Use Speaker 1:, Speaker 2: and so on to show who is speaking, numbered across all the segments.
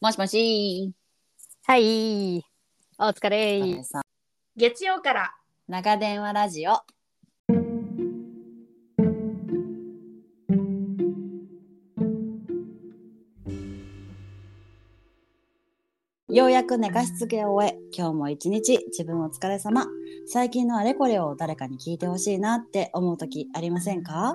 Speaker 1: もしもし。
Speaker 2: はい。お疲れ
Speaker 1: お疲れさん
Speaker 2: 月曜から。
Speaker 1: 長電話ラジオ。ようやく寝かしつけを終え、今日も一日自分お疲れ様。最近のあれこれを誰かに聞いてほしいなって思う時ありませんか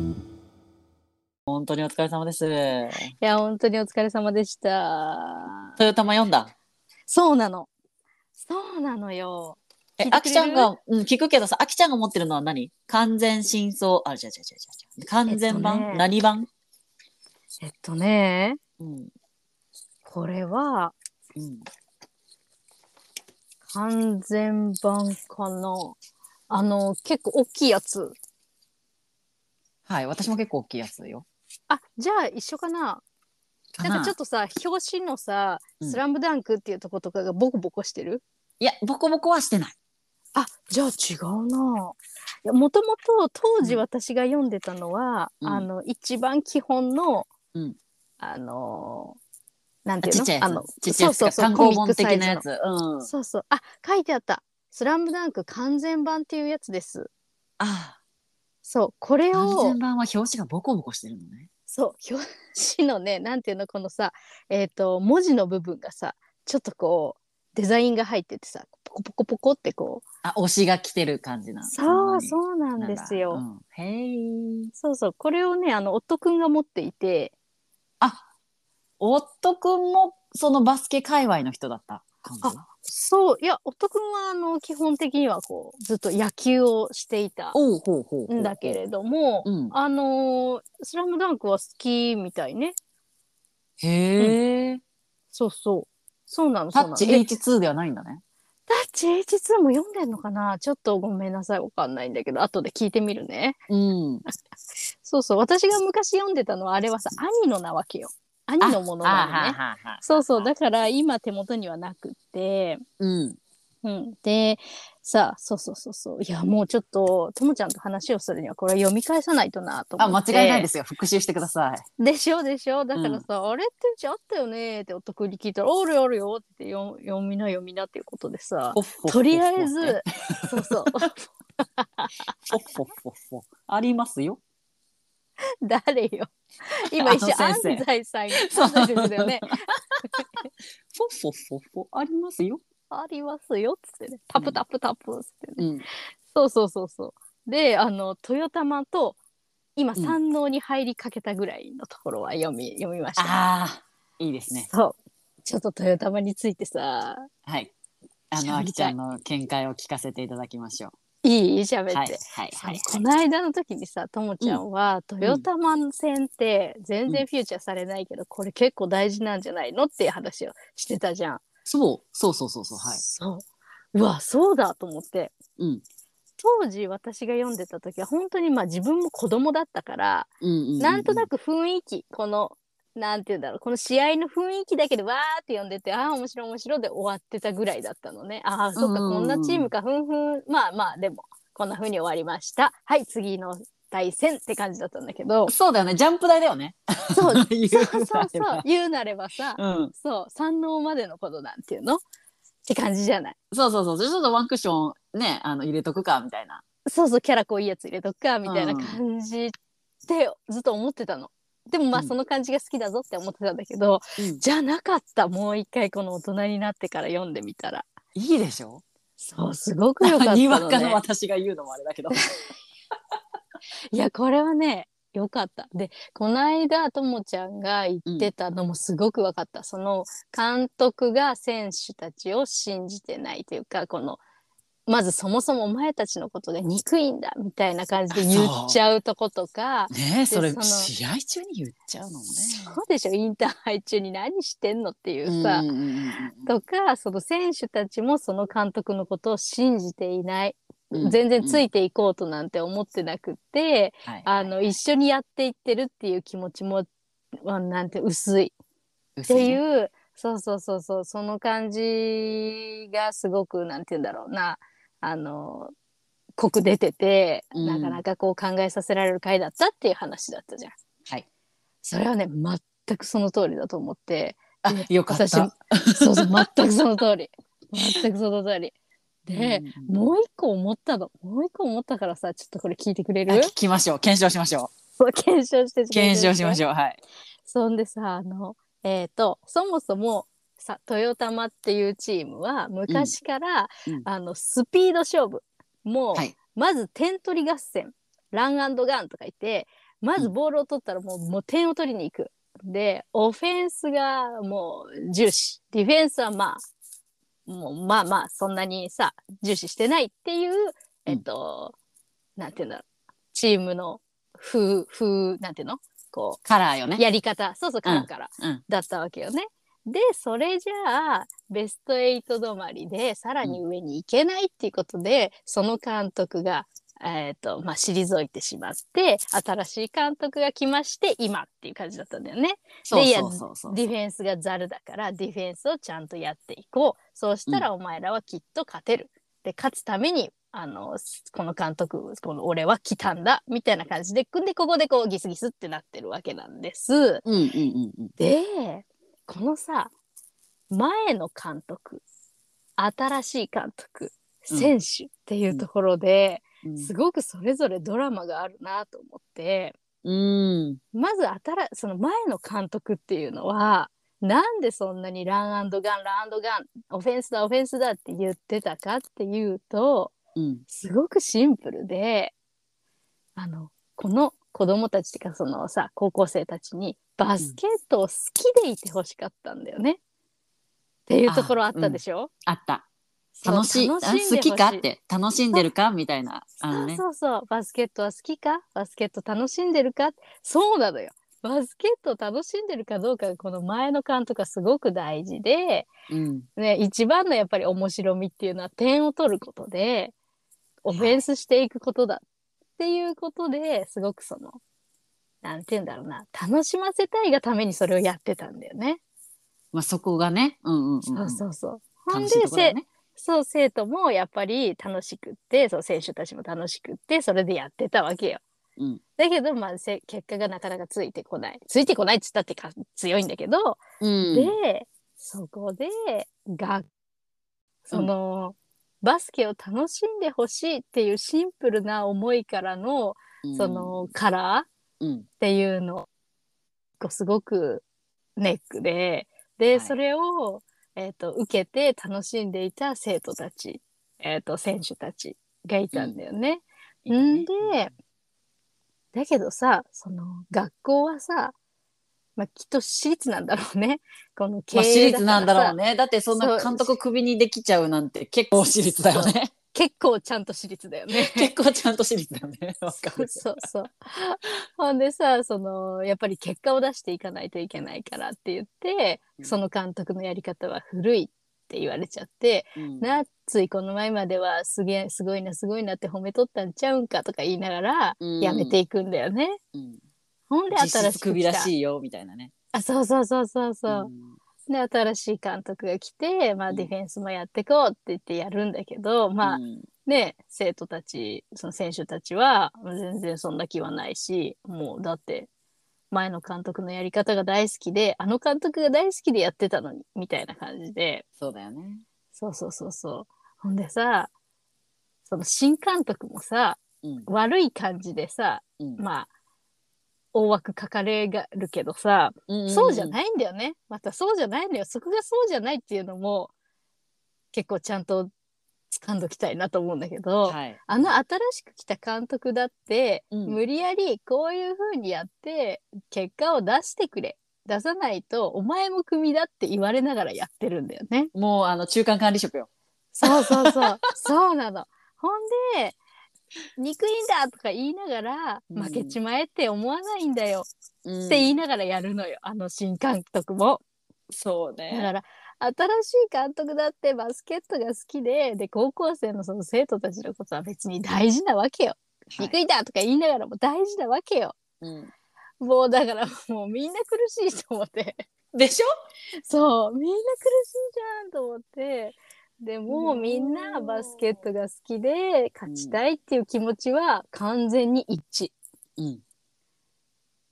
Speaker 1: 本当にお疲れ様です。
Speaker 2: いや、本当にお疲れ様でした。
Speaker 1: 豊玉読んだ。
Speaker 2: そうなの。そうなのよ。
Speaker 1: え
Speaker 2: 聞い、て
Speaker 1: あ
Speaker 2: くれ
Speaker 1: き
Speaker 2: る
Speaker 1: ちゃんが、うん、聞くけどさ、あきちゃんが持ってるのは何完全真相、あ、違う違う違う違う。完全版、
Speaker 2: えっとね
Speaker 1: 何版
Speaker 2: えっとね、
Speaker 1: うん。
Speaker 2: これは
Speaker 1: うん。
Speaker 2: 完全版かな。あの、結構大きいやつ。
Speaker 1: はい、私も結構大きいやつよ。
Speaker 2: あじゃあ一緒かな
Speaker 1: か
Speaker 2: なんかちょっとさ表紙のさ「
Speaker 1: うん
Speaker 2: スラムダンクっていうとことかがボコボコしてる、
Speaker 1: いや、ボコボコはしてない。
Speaker 2: あじゃあ違うないやもともと当時私が読んでたのは、
Speaker 1: うん
Speaker 2: あの一番基本の、
Speaker 1: うん
Speaker 2: あのーなん
Speaker 1: あ
Speaker 2: ていう
Speaker 1: ち
Speaker 2: の
Speaker 1: っちゃいや
Speaker 2: あ
Speaker 1: つ
Speaker 2: の。
Speaker 1: ちっちゃいやつ
Speaker 2: そう
Speaker 1: か。
Speaker 2: そうそう
Speaker 1: 単行本
Speaker 2: コミック
Speaker 1: 的
Speaker 2: サイズ
Speaker 1: な
Speaker 2: の
Speaker 1: やつ。うん。
Speaker 2: そうそうあ書いてあった「スラムダンク完全版っていうやつです
Speaker 1: あ
Speaker 2: そうこれ
Speaker 1: あ、完
Speaker 2: を
Speaker 1: 全版は表紙がボコボコしてるのね。
Speaker 2: そう表紙のねなんていうのこのさえっ、と文字の部分がさちょっとこうデザインが入っててさポコポコポコってこう
Speaker 1: あ、推しが来てる感じな
Speaker 2: そう
Speaker 1: う
Speaker 2: そうなんですよ、。
Speaker 1: うんへい。
Speaker 2: そうそうこれをねあの夫くんが持っていて
Speaker 1: あ、夫くんも、そのバスケ界隈の人だった感じ。
Speaker 2: そういや夫くんはあの基本的にはこうずっと野球をしていた
Speaker 1: おうほうほうほう。
Speaker 2: んだけれども、
Speaker 1: うん。
Speaker 2: あのースラムダンクは好きみたいね
Speaker 1: へえ、
Speaker 2: そうそうそうなの
Speaker 1: タ
Speaker 2: そうな
Speaker 1: ッ
Speaker 2: の
Speaker 1: チ
Speaker 2: で
Speaker 1: H2 ではないんだね。
Speaker 2: タッチ H2 も読んでんのかなちょっとごめんなさい。わかんないんだけど、後で聞いてみるね。
Speaker 1: うん。
Speaker 2: そうそう。私が昔読んでたのは、あれはさ、兄のなわけよ。兄のものなのね。
Speaker 1: はいはい。
Speaker 2: そうそう。だから、今手元にはなくって。
Speaker 1: うん。
Speaker 2: うん。で、さあ、そうそうそうそう。いや、もうちょっと、ともちゃんと話をするには、これは読み返さないとなと思
Speaker 1: あ、
Speaker 2: って。。
Speaker 1: 間違いないですすよ。復習してください。
Speaker 2: でしょでしょだからさ、あれってうちあったよねってお得に聞いたら、あるあるよって読読みな読みなっていうことでさ、
Speaker 1: ほっほっほっほ
Speaker 2: とりあえ。ず、そ うそ
Speaker 1: ほ
Speaker 2: う。
Speaker 1: っほっほっほありますよ。
Speaker 2: 誰よ。今一瞬
Speaker 1: あの
Speaker 2: 安
Speaker 1: 先生
Speaker 2: 西さんが
Speaker 1: そう
Speaker 2: 安西先生だよね。
Speaker 1: ほっほっほっほありますよ。
Speaker 2: ありますよっつってね。タプタプタプっつってね。
Speaker 1: うん。
Speaker 2: そうそうそうそう。で、あの豊玉と今
Speaker 1: うん
Speaker 2: 山王に入りかけたぐらいのところは読み、読みました。
Speaker 1: ああ、いいですね。
Speaker 2: そう。ちょっと豊玉についてさ、
Speaker 1: はい。あの、
Speaker 2: 喋りたい
Speaker 1: あきちゃんの見解を聞かせていただきましょ
Speaker 2: いい喋っ
Speaker 1: う。
Speaker 2: て。
Speaker 1: はい。はい。はい。
Speaker 2: この間の時にさともちゃんは「豊玉線って全然フューチャーされないけど、これ結構大事なんじゃないの?」っていう話をしてたじゃん。
Speaker 1: そう、そうそうそうそう。はい。
Speaker 2: そううわそうだと思って
Speaker 1: うん。
Speaker 2: 当時私が読んでた時は本当にまあ自分も子供だったから、
Speaker 1: うんうん。
Speaker 2: なんとな
Speaker 1: く。
Speaker 2: く雰囲気このなんて言うんだろうこの試合の雰囲気だけでわーって読んでてああ面白い面白いで終わってたぐらいだったのねああそっか、
Speaker 1: うんうんうん
Speaker 2: こんなチームかふんふんまあまあでもこんな風に終わりましたはい次の対戦って感じだったんだけど
Speaker 1: そうだよね。ジャンプ台だよね。
Speaker 2: そうそう
Speaker 1: 言う
Speaker 2: そう
Speaker 1: なれ
Speaker 2: そう
Speaker 1: ば
Speaker 2: 言うなればさ、
Speaker 1: うん。
Speaker 2: そう三能までのことなんていうのって感じじゃない
Speaker 1: そうそうそう。じゃあちょっとワンクッションね、あの、入れとくか、みたいな。
Speaker 2: そうそうキャラこういいやつ入れとくかみたいな感じってずっと思ってたの。でもまあ
Speaker 1: うん
Speaker 2: その感じが好きだぞって思ってたんだけど、
Speaker 1: うん
Speaker 2: じゃなかったもう一回この大人になってから読んでみたら
Speaker 1: いいでしょ
Speaker 2: そうすごく良かったの、 ね、
Speaker 1: にわかの私が言うのもあれだけど。
Speaker 2: いやこれはね良かったでこの間ともちゃんが言ってたのもすごく分かった、その監督が選手たちを信じてないというかこのまずそもそもお前たちのことが憎いんだみたいな感じで言っちゃうとことか
Speaker 1: ねえそれ
Speaker 2: その
Speaker 1: 試合中に言っちゃうのもね。
Speaker 2: そうでしょインターハイ中に何してんのっていうさ、
Speaker 1: うんうんうん
Speaker 2: とかその選手たちもその監督のことを信じていない、
Speaker 1: うん
Speaker 2: 全然ついていこうとなんて思ってなくって、
Speaker 1: うんはい
Speaker 2: あの一緒にやっていってるっていう気持ちも、まあ、なんて薄いっ
Speaker 1: 薄
Speaker 2: て
Speaker 1: い
Speaker 2: い
Speaker 1: ね
Speaker 2: う、そうそうそうそうその感じがすごくなんて言うんだろうなあの濃く出てて、
Speaker 1: うん
Speaker 2: なかなかこう考えさせられる回だったっていう話だったじゃん。
Speaker 1: はい
Speaker 2: それはね全くその通りだと思って
Speaker 1: あよかった。
Speaker 2: 私そ うそう全くその通り全くその通りで、
Speaker 1: うん
Speaker 2: もう一個思ったのもう一個思ったからさちょっとこれ聞いてくれ
Speaker 1: あ
Speaker 2: る
Speaker 1: 聞きましょう検証しましょ
Speaker 2: そう 検証して
Speaker 1: う 検証しま
Speaker 2: ょう
Speaker 1: しょうはい。
Speaker 2: そんでさあのえっ、とそもそもさトヨタマっていうチームは昔から、
Speaker 1: うんうん
Speaker 2: あのスピード勝負もう、
Speaker 1: はい
Speaker 2: まず点取り合戦ランガンとかいてまずボールを取ったらもう,、もう点を取りに行く。でオフェンスがもう重視ディフェンスはまあもうまあまあそんなにさ重視してないっていうえっと、なんていうんだろうチームの風風なんていうのこう
Speaker 1: カラーよね。
Speaker 2: やり方そうそうカラーから、
Speaker 1: うん
Speaker 2: だったわけよね。でそれじゃあベスト8止まりでさらに上に行けないっていうことで、その監督が、えーとまあ、退いてしまって新しい監督が来まして今っていう感じだったんだよね。
Speaker 1: そう
Speaker 2: でいや
Speaker 1: そうそうそう。
Speaker 2: ディフェンスがザルだからディフェンスをちゃんとやっていこうそうしたらお前らはきっと勝てる、で勝つためにあのこの監督この俺は来たんだみたいな感じででここでこうギスギスってなってるわけなんです。
Speaker 1: うんうんうんうん。
Speaker 2: でこのさ前の監督新しい監督
Speaker 1: うん
Speaker 2: 選手っていうところで、
Speaker 1: うん
Speaker 2: すごくそれぞれドラマがあるなと思って
Speaker 1: うん
Speaker 2: まず新その前の監督っていうのはなんでそんなにランガンランガンオフェンスだオフェンスだって言ってたかっていうと、
Speaker 1: うん
Speaker 2: すごくシンプルであのこの子供たちっていうかそのさ高校生たちにバスケットを好きでいてほしかったんだよね、っていうところあったでしょ、
Speaker 1: あった
Speaker 2: そう
Speaker 1: 楽しいあ
Speaker 2: んでほし
Speaker 1: 好きかって楽しんでるかみたいなあ
Speaker 2: そ
Speaker 1: の
Speaker 2: う
Speaker 1: ね
Speaker 2: そうそうバスケットは好きかバスケット楽しんでるかそうなのよバスケットを楽しんでるかどうかがこの前の監督はすごく大事で、
Speaker 1: うん
Speaker 2: ね、一番のやっぱり面白みっていうのは点を取ることでオフェンスしていくことだっていうことですごくそのなんて言うんだろうな楽しませたいがためにそれをやってたんだよね。
Speaker 1: まあそこがねうんうんうん
Speaker 2: そうそうそう。ほん
Speaker 1: 楽し
Speaker 2: で
Speaker 1: いとこだよね
Speaker 2: せそう生徒もやっぱり楽しくってそう選手たちも楽しくってそれでやってたわけよ。
Speaker 1: うん
Speaker 2: だけど、まあ、せ結果がなかなかついてこないついてこないっつったってか強いんだけど、
Speaker 1: うん
Speaker 2: でそこでがその、バスケを楽しんでほしいっていうシンプルな思いからの、
Speaker 1: うん
Speaker 2: そのカラーっ
Speaker 1: うん
Speaker 2: ていうのがすごくネックでで、
Speaker 1: はい
Speaker 2: それを、えー、と受けて楽しんでいた生徒たち、えー、と選手たちがいたんだよね。んでだけどさその学校はさ、まあ、きっと私立なんだろうね。 この経
Speaker 1: まあ私
Speaker 2: 営だか
Speaker 1: 立な
Speaker 2: らさ、
Speaker 1: んだろうねだってそん
Speaker 2: そう
Speaker 1: な監督クビにできちゃうなんて結構私立だよ ね
Speaker 2: 結構ちゃんと私立だよね。
Speaker 1: 結構ちゃんと私立だよね わか
Speaker 2: そう
Speaker 1: る
Speaker 2: そうそう。ほんでさそのやっぱり結果を出していかないといけないからって言って、
Speaker 1: うん
Speaker 2: その監督のやり方は古いって言われちゃって、
Speaker 1: うん
Speaker 2: なついこの前まではすげえすごいなすごいなって褒めとったんちゃうんかとか言いながら、
Speaker 1: うん
Speaker 2: やめていくんだよね。
Speaker 1: うん
Speaker 2: ほんで
Speaker 1: 実
Speaker 2: 新し
Speaker 1: 質
Speaker 2: く
Speaker 1: クビ
Speaker 2: 来
Speaker 1: ら
Speaker 2: た
Speaker 1: しいよみたいなね
Speaker 2: あそうそうそうそうそう。
Speaker 1: ん
Speaker 2: で新しい監督が来て、ま
Speaker 1: う
Speaker 2: あ、
Speaker 1: ん
Speaker 2: ディフェンスもやってこうって言ってやるんだけど、まあ
Speaker 1: うん
Speaker 2: ね、生徒たちその選手たちは全然そんな気はないしもうだって前の監督のやり方が大好きであの監督が大好きでやってたのにみたいな感じで
Speaker 1: そうだよね
Speaker 2: そうそうそうそうほんでさその新監督もさ
Speaker 1: うん
Speaker 2: 悪い感じでさ
Speaker 1: うん
Speaker 2: まあ大枠書かれがるけどさ、
Speaker 1: うん
Speaker 2: そうじゃないんだよね。またそうじゃないのよ。そこがそうじゃないっていうのも結構ちゃんと掴んどきたいなと思うんだけど、
Speaker 1: はい
Speaker 2: あの新しく来た監督だって、
Speaker 1: うん
Speaker 2: 無理やりこういう風にやって結果を出してくれ。出さないとお前もクビだって言われながらやってるんだよね。
Speaker 1: もうあの中間管理職よ
Speaker 2: そうそう そうそうなの。ほんで憎いんだとか言いながら
Speaker 1: うん
Speaker 2: 負けちまえって思わないんだよ
Speaker 1: うん
Speaker 2: って言いながらやるのよ、あの新監督も。
Speaker 1: そう
Speaker 2: だ
Speaker 1: ね。
Speaker 2: から新しい監督だってバスケットが好きでで高校生のその生徒たちのことは別に大事なわけよ。
Speaker 1: はい
Speaker 2: 憎いだとか言いながらも大事なわけよ。
Speaker 1: うん
Speaker 2: もうだからもうみんな苦しいと思って。
Speaker 1: でしょ
Speaker 2: そうみんな苦しいじゃんと思ってでもうみんなバスケットが好きで勝ちたいっていう気持ちは完全に一致
Speaker 1: うん。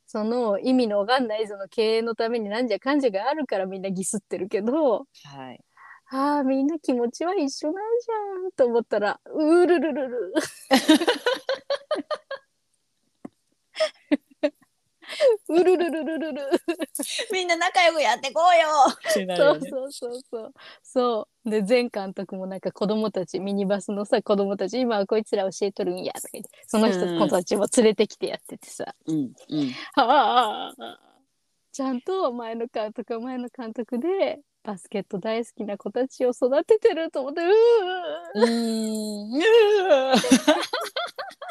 Speaker 2: その意味のわかんないその経営のためになんじゃかんじゃがあるからみんなギスってるけど
Speaker 1: はい。
Speaker 2: あーみんな気持ちは一緒なんじゃんと思ったらうるるるるうるるるるるる
Speaker 3: みんな仲良くやってこうよ
Speaker 1: ってなる
Speaker 2: そ
Speaker 1: よ
Speaker 2: う
Speaker 1: ね。
Speaker 2: そうそうそうそうで前監督もなんか子供たちミニバスのさ子供たち今はこいつら教えとるんやとか言ってその人
Speaker 1: うん
Speaker 2: 子たちも連れてきてやっててさ、
Speaker 1: うん。うん。
Speaker 2: ああちゃんと前の監督は前の監督でバスケット大好きな子たちを育ててると思ってうー
Speaker 1: うーん。
Speaker 2: っ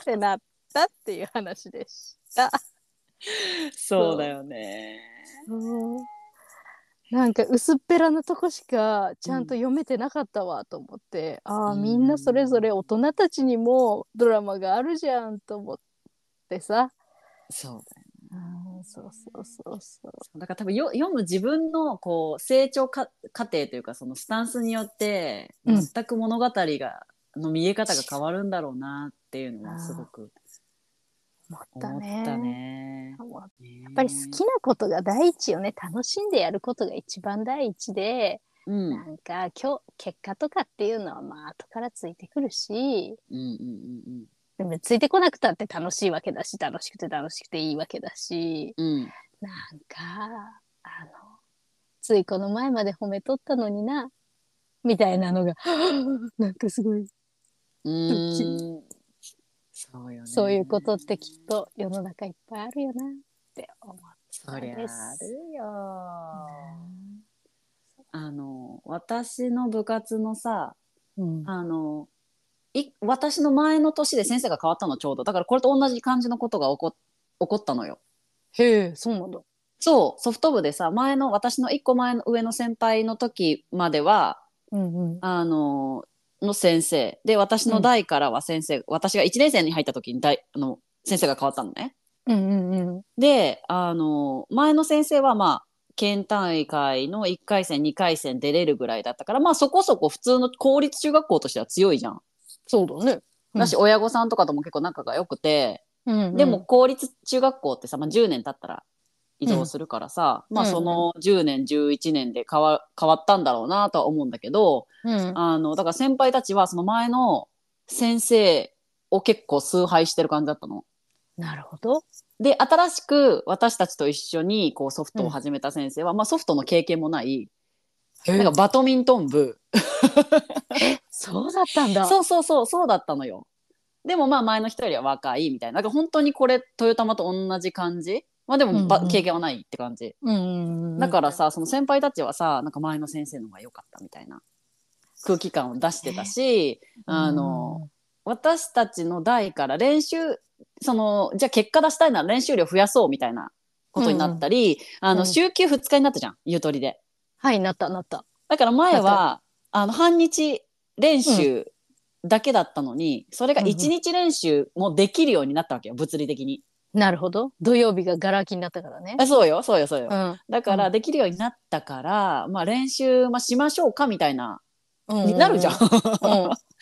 Speaker 2: てなったっていう話でした。
Speaker 1: そうだよね。
Speaker 2: なんか薄っぺらなとこしかちゃんと読めてなかったわと思って、ああみんなそれぞれ大人たちにもドラマがあるじゃんと思ってさ、
Speaker 1: そう
Speaker 2: うん、そうそうそうそう
Speaker 1: だから多分よ読む自分のこう成長か過程というかそのスタンスによって
Speaker 2: うん
Speaker 1: 全く物語が、の見え方が変わるんだろうなっていうのはすごく
Speaker 2: 思っ
Speaker 1: 思
Speaker 2: た
Speaker 1: っ
Speaker 2: ね
Speaker 1: たね。
Speaker 2: 思った
Speaker 1: や
Speaker 2: やっぱり好きなことが第一よね楽しんでやることが一番第一で
Speaker 1: うん
Speaker 2: なんか今日結果とかっていうのはまあ後からついてくるし
Speaker 1: うんうんうん
Speaker 2: でもついてこなくたって楽しいわけだし楽しくて楽しくていいわけだし
Speaker 1: うんうん
Speaker 2: なんか、あの、ついこの前まで褒めとったのにな、みたいなのが、 なんかすごい、
Speaker 1: うーんそうよね。
Speaker 2: そういうことってきっと世の中いっぱいあるよなって思っ
Speaker 1: そりゃあるよ。
Speaker 2: た。
Speaker 1: あの私の部活のさ
Speaker 2: うん
Speaker 1: あのい私の前の年で先生が変わったのちょうどだからこれと同じ感じのことが起こ起こったのよ。
Speaker 2: へえ、そうなんだ。
Speaker 1: そうソフト部でさ前の私の1個前の上の先輩の時までは
Speaker 2: うんうん。
Speaker 1: あのの先生で私の代からは先生、私が1年生に入った時に代あの先生が変わったのね。
Speaker 2: うんうんうん。
Speaker 1: であの前の先生はまあ県大会の1回戦2回戦出れるぐらいだったからまあそこそこ普通の公立中学校としては強いじゃん。
Speaker 2: そうだね。
Speaker 1: だし、親御さんとかとも結構仲が良くて、
Speaker 2: うんうん
Speaker 1: でも、公立中学校ってさ、まあ、10年経ったら移動するからさ、
Speaker 2: ん
Speaker 1: まあ
Speaker 2: うんうん
Speaker 1: その10年11年で変わ変わったんだろうなとは思うんだけど、
Speaker 2: うん、
Speaker 1: あのだから先輩たちはその前の先生を結構崇拝してる感じだったの。
Speaker 2: なるほど。
Speaker 1: で新しく私たちと一緒にこうソフトを始めた先生は、まあ、ソフトの経験もないなんかバドミントン部
Speaker 2: そうだったんだ。
Speaker 1: そうそうそうそうだったのよでもまあ前の人よりは若いみたいななんか本当にこれ豊玉と同じ感じまあでもば、
Speaker 2: うんうん
Speaker 1: 経験はないって感じ
Speaker 2: うんうんうん。
Speaker 1: だからさその先輩たちはさなんか前の先生の方が良かったみたいな空気感を出してたし、
Speaker 2: うん、
Speaker 1: あの私たちの代から練習そのじゃあ結果出したいなら練習量増やそうみたいなことになったり、あ
Speaker 2: う
Speaker 1: の
Speaker 2: ん
Speaker 1: 週休2日になったじゃんゆとりで
Speaker 2: はい、なったなった。
Speaker 1: だから前はあの半日練習だけだったのに、それが1日練習もできるようになったわけよ物理的に、
Speaker 2: なるほど。土曜日がガラ空きになったからね。
Speaker 1: あそうよそうよそうよ、
Speaker 2: うん
Speaker 1: だか
Speaker 2: う
Speaker 1: らできるようになったから、まあ練習、まあ、しましょうかみたいな、
Speaker 2: うんう
Speaker 1: に
Speaker 2: ん。
Speaker 1: なるじゃん、
Speaker 2: うん、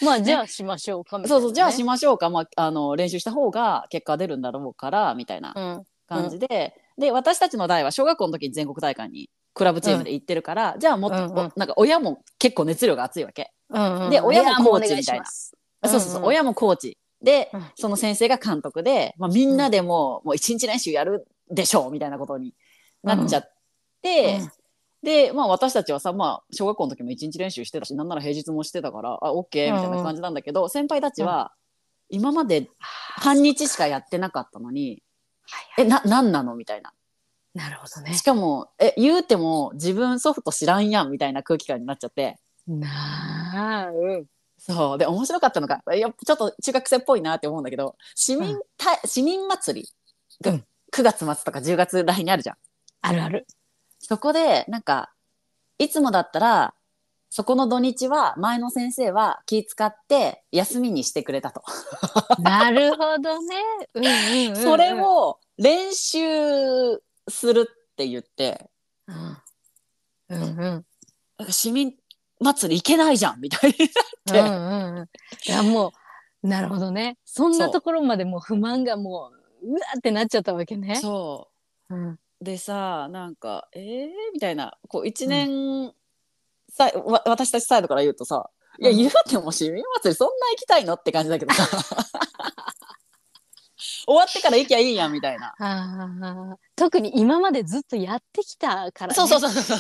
Speaker 2: まあじゃあしましょうかみたいな
Speaker 1: そう
Speaker 2: ね、
Speaker 1: そうじゃあしましょうか、まあ、あの練習した方が結果出るんだろうからみたいな
Speaker 2: うん
Speaker 1: 感じで、で私たちの代は小学校の時に全国大会にクラブチームで行ってるから、じゃあもっと、
Speaker 2: うんうん
Speaker 1: おなんか親も結構熱量が熱いわけ、
Speaker 2: うんうん、
Speaker 1: で親も
Speaker 2: いや
Speaker 1: コーチ
Speaker 2: うお願し
Speaker 1: みたいな
Speaker 2: ます
Speaker 1: あそうそうそう
Speaker 2: うんうん
Speaker 1: 親もコーチで、
Speaker 2: うん
Speaker 1: その先生が監督で、まあ、みんなでもう,、もう一日練習やるでしょうみたいなことになっちゃって、
Speaker 2: うん
Speaker 1: で、まあ、私たちはさ、まあ、小学校の時も一日練習してたしなんなら平日もしてたからあ OK みたいな感じなんだけど、先輩たちは今まで半日しかやってなかったのに「えな何なの?」みたいな。
Speaker 2: なるほどね
Speaker 1: しかも、え、言うても自分ソフト知らんやんみたいな空気感になっちゃって。
Speaker 2: なああ、うん。
Speaker 1: そう。で、面白かったのが、いやちょっと中学生っぽいなって思うんだけど、市民た、市民祭りが
Speaker 2: うん
Speaker 1: 9月末とか10月来にあるじゃん。
Speaker 2: あるある。
Speaker 1: そこで、なんか、いつもだったら、そこの土日は前の先生は気使って休みにしてくれたと。
Speaker 2: なるほどね。うんうんうんうん
Speaker 1: それ、を練習するって言って、
Speaker 2: うんうんうん。
Speaker 1: 市民祭り行けないじゃんみたいになっ
Speaker 2: うんう
Speaker 1: て。
Speaker 2: んうん。いやもうなるほどね。そんなところまでもう不満がもううわーってなっちゃったわけね。
Speaker 1: そう。
Speaker 2: うん
Speaker 1: でさなんかえー、みたいなこう一年、さわ私たちサイドから言うとさ「いや
Speaker 2: うん
Speaker 1: 言うても市民祭りそんな行きたいの?」って感じだけどさ 終わってから行きゃいいやんみたいな。
Speaker 2: あー特に今までずっとやってきたから、ね、
Speaker 1: そうそうそうそ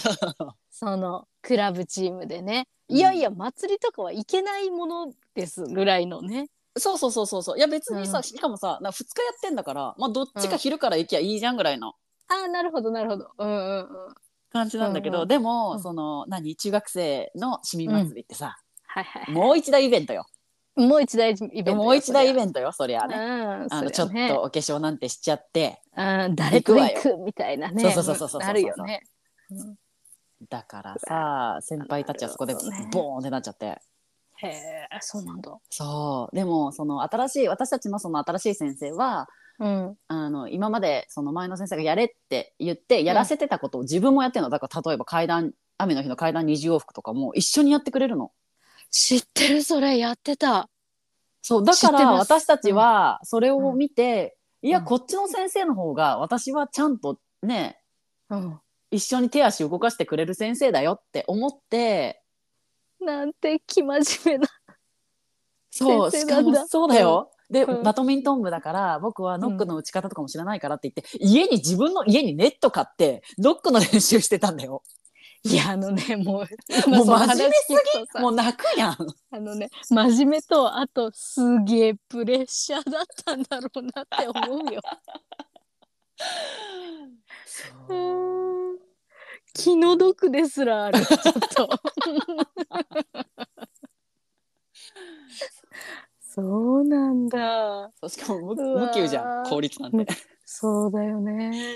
Speaker 1: う。
Speaker 2: そのクラブチームでね、
Speaker 1: うん
Speaker 2: いやいや祭りとかはいけないものですぐらいのね
Speaker 1: そうそうそうそうそういや別にさ、
Speaker 2: うん
Speaker 1: しかもさなんか2日やってんだから、まあ、どっちか昼から行きゃいいじゃんぐらいの
Speaker 2: ああなるほどなるほどうんうんうん
Speaker 1: 感じなんだけど、
Speaker 2: うんうん
Speaker 1: でも、
Speaker 2: うん
Speaker 1: その何中学生の市民祭りってさ、
Speaker 2: はいはい
Speaker 1: もう一大イベントよ
Speaker 2: もう一大イベントよ
Speaker 1: もう一大イベ
Speaker 2: ン
Speaker 1: ントよそりゃ
Speaker 2: ト
Speaker 1: ね、
Speaker 2: うん
Speaker 1: あのち
Speaker 2: そ
Speaker 1: ょ
Speaker 2: り
Speaker 1: っ
Speaker 2: ゃね
Speaker 1: とお化粧なんてしちゃって
Speaker 2: うん誰と行くみたいなね
Speaker 1: そうそうそうそうそうそうん
Speaker 2: なるよねうん
Speaker 1: だからさ先輩たちはそこで
Speaker 2: なるほどね
Speaker 1: ボーンってなっちゃって
Speaker 2: へえそうなんだ
Speaker 1: そうでもその新しい私たちのその新しい先生は
Speaker 2: うん
Speaker 1: あの今までその前の先生がやれって言ってやらせてたことを自分もやってるのだから例えば階段雨の日の階段二重往復とかも一緒にやってくれるの
Speaker 2: 知ってるそれやってた
Speaker 1: そうだか
Speaker 2: 知って
Speaker 1: ら
Speaker 2: ます
Speaker 1: 私たちはそれを見て、いや
Speaker 2: うん
Speaker 1: こっちの先生の方が私はちゃんとね
Speaker 2: うん
Speaker 1: 一緒に手足動かしてくれる先生だよって思って
Speaker 2: なんて生真面目な
Speaker 1: そう、
Speaker 2: 先
Speaker 1: し
Speaker 2: 生な
Speaker 1: か
Speaker 2: んだ
Speaker 1: もそうだよ。で、
Speaker 2: うん
Speaker 1: バドミントン部だから、僕はノックの打ち方とかも知らないからって言って、家に自分の家にネット買って、ノックの練習してたんだよ。
Speaker 2: いやあのねもう
Speaker 1: もう真面
Speaker 2: 今
Speaker 1: 目す
Speaker 2: その話聞くとさ
Speaker 1: もう泣くやん。
Speaker 2: あのね、真面目と、あと、すげえプレッシャーだったんだろうなって思 うよ。うーん気の毒ですら ある、ちょっと。そうなんだ。
Speaker 1: そうしかも無
Speaker 2: うわー
Speaker 1: 無給じゃん、効率なんて。
Speaker 2: そうだよね。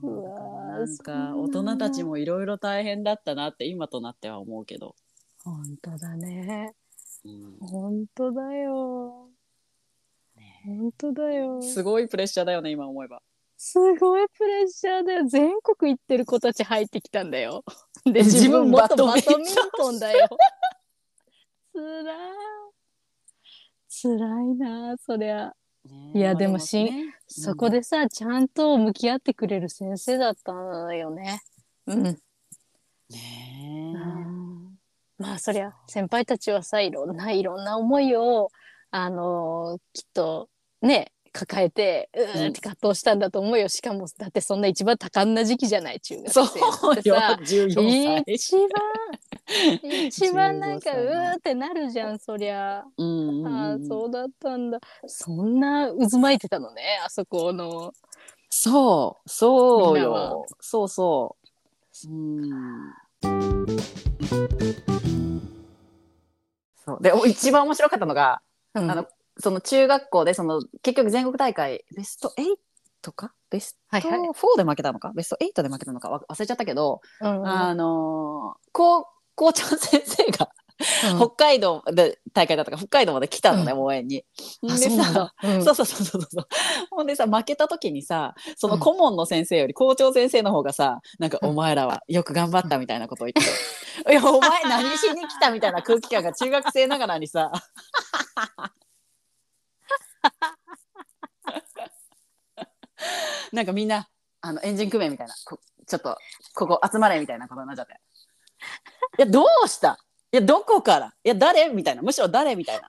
Speaker 1: そう
Speaker 2: う
Speaker 1: だ
Speaker 2: わ
Speaker 1: から
Speaker 2: ー
Speaker 1: なんか、
Speaker 2: そう
Speaker 1: 大
Speaker 2: なんだ
Speaker 1: 人たちもいろいろ大変だったなって、今となっては思うけど。
Speaker 2: 本当だね。
Speaker 1: うん
Speaker 2: 本当だよ。本当だよ。
Speaker 1: すごいプレッシャーだよね、今思えば。
Speaker 2: すごいプレッシャーだよ。全国行ってる子たち入ってきたんだ よ。で、
Speaker 1: 自
Speaker 2: 自
Speaker 1: 分
Speaker 2: 分
Speaker 1: バ
Speaker 2: バ
Speaker 1: ド
Speaker 2: ド
Speaker 1: ミ
Speaker 2: バ
Speaker 1: ントン
Speaker 2: ドミントンだよ。 つらい。つらいなあ、そりゃ。いやでもしん
Speaker 1: ね
Speaker 2: そこでさ、ちゃんと向き合ってくれる先生だったのよね。うん。
Speaker 1: ね
Speaker 2: まあ、そりゃ、先輩たちはさ、いろんな、いろんな思いを、あのーきっと、ね、抱えて、うーんって葛藤したんだと思うよ。しかも、だってそんな一番多感な時期じゃない、中学
Speaker 1: そ
Speaker 2: 生
Speaker 1: う
Speaker 2: って
Speaker 1: よ
Speaker 2: さ。、
Speaker 1: 14歳。
Speaker 2: 一番一番なんか
Speaker 1: 15
Speaker 2: う
Speaker 1: 歳な
Speaker 2: ーってなるじゃんそりゃ、
Speaker 1: うんうんうん
Speaker 2: あーそうだったんだそんな渦巻いてたのねあそこの
Speaker 1: そう、そう
Speaker 2: みんなは
Speaker 1: よ。そうそう。うん。そうでお一番面白かったのが、
Speaker 2: うん
Speaker 1: あのその中学校でその結局全国大会ベスト8かベス
Speaker 2: はい
Speaker 1: ト
Speaker 2: はい、
Speaker 1: 4で負けたのか、ベスト8で負けたのかわ忘れちゃったけど、
Speaker 2: うんうん
Speaker 1: あのー校校長先生が
Speaker 2: うん
Speaker 1: 北海道で大会だったから北海道まで来たのね、応援に。
Speaker 2: あ
Speaker 1: で
Speaker 2: そうなん
Speaker 1: さ
Speaker 2: だ、うん
Speaker 1: そうそうそうそうそう。ほんでさ、負けた時にさ、その顧問の先生より校長先生の方がさ、なんか
Speaker 2: うん
Speaker 1: お前らはよく頑張ったみたいなことを言って て。いや、お前何しに来たみたいな空気感が中学生ながらに さ。なんかみんな、あの、エンジン組めみたいな、こちょっと、ここ集まれみたいなことになっちゃって。いや、どうしたいや、どこからいや、誰みたいな。むしろ誰みたいな。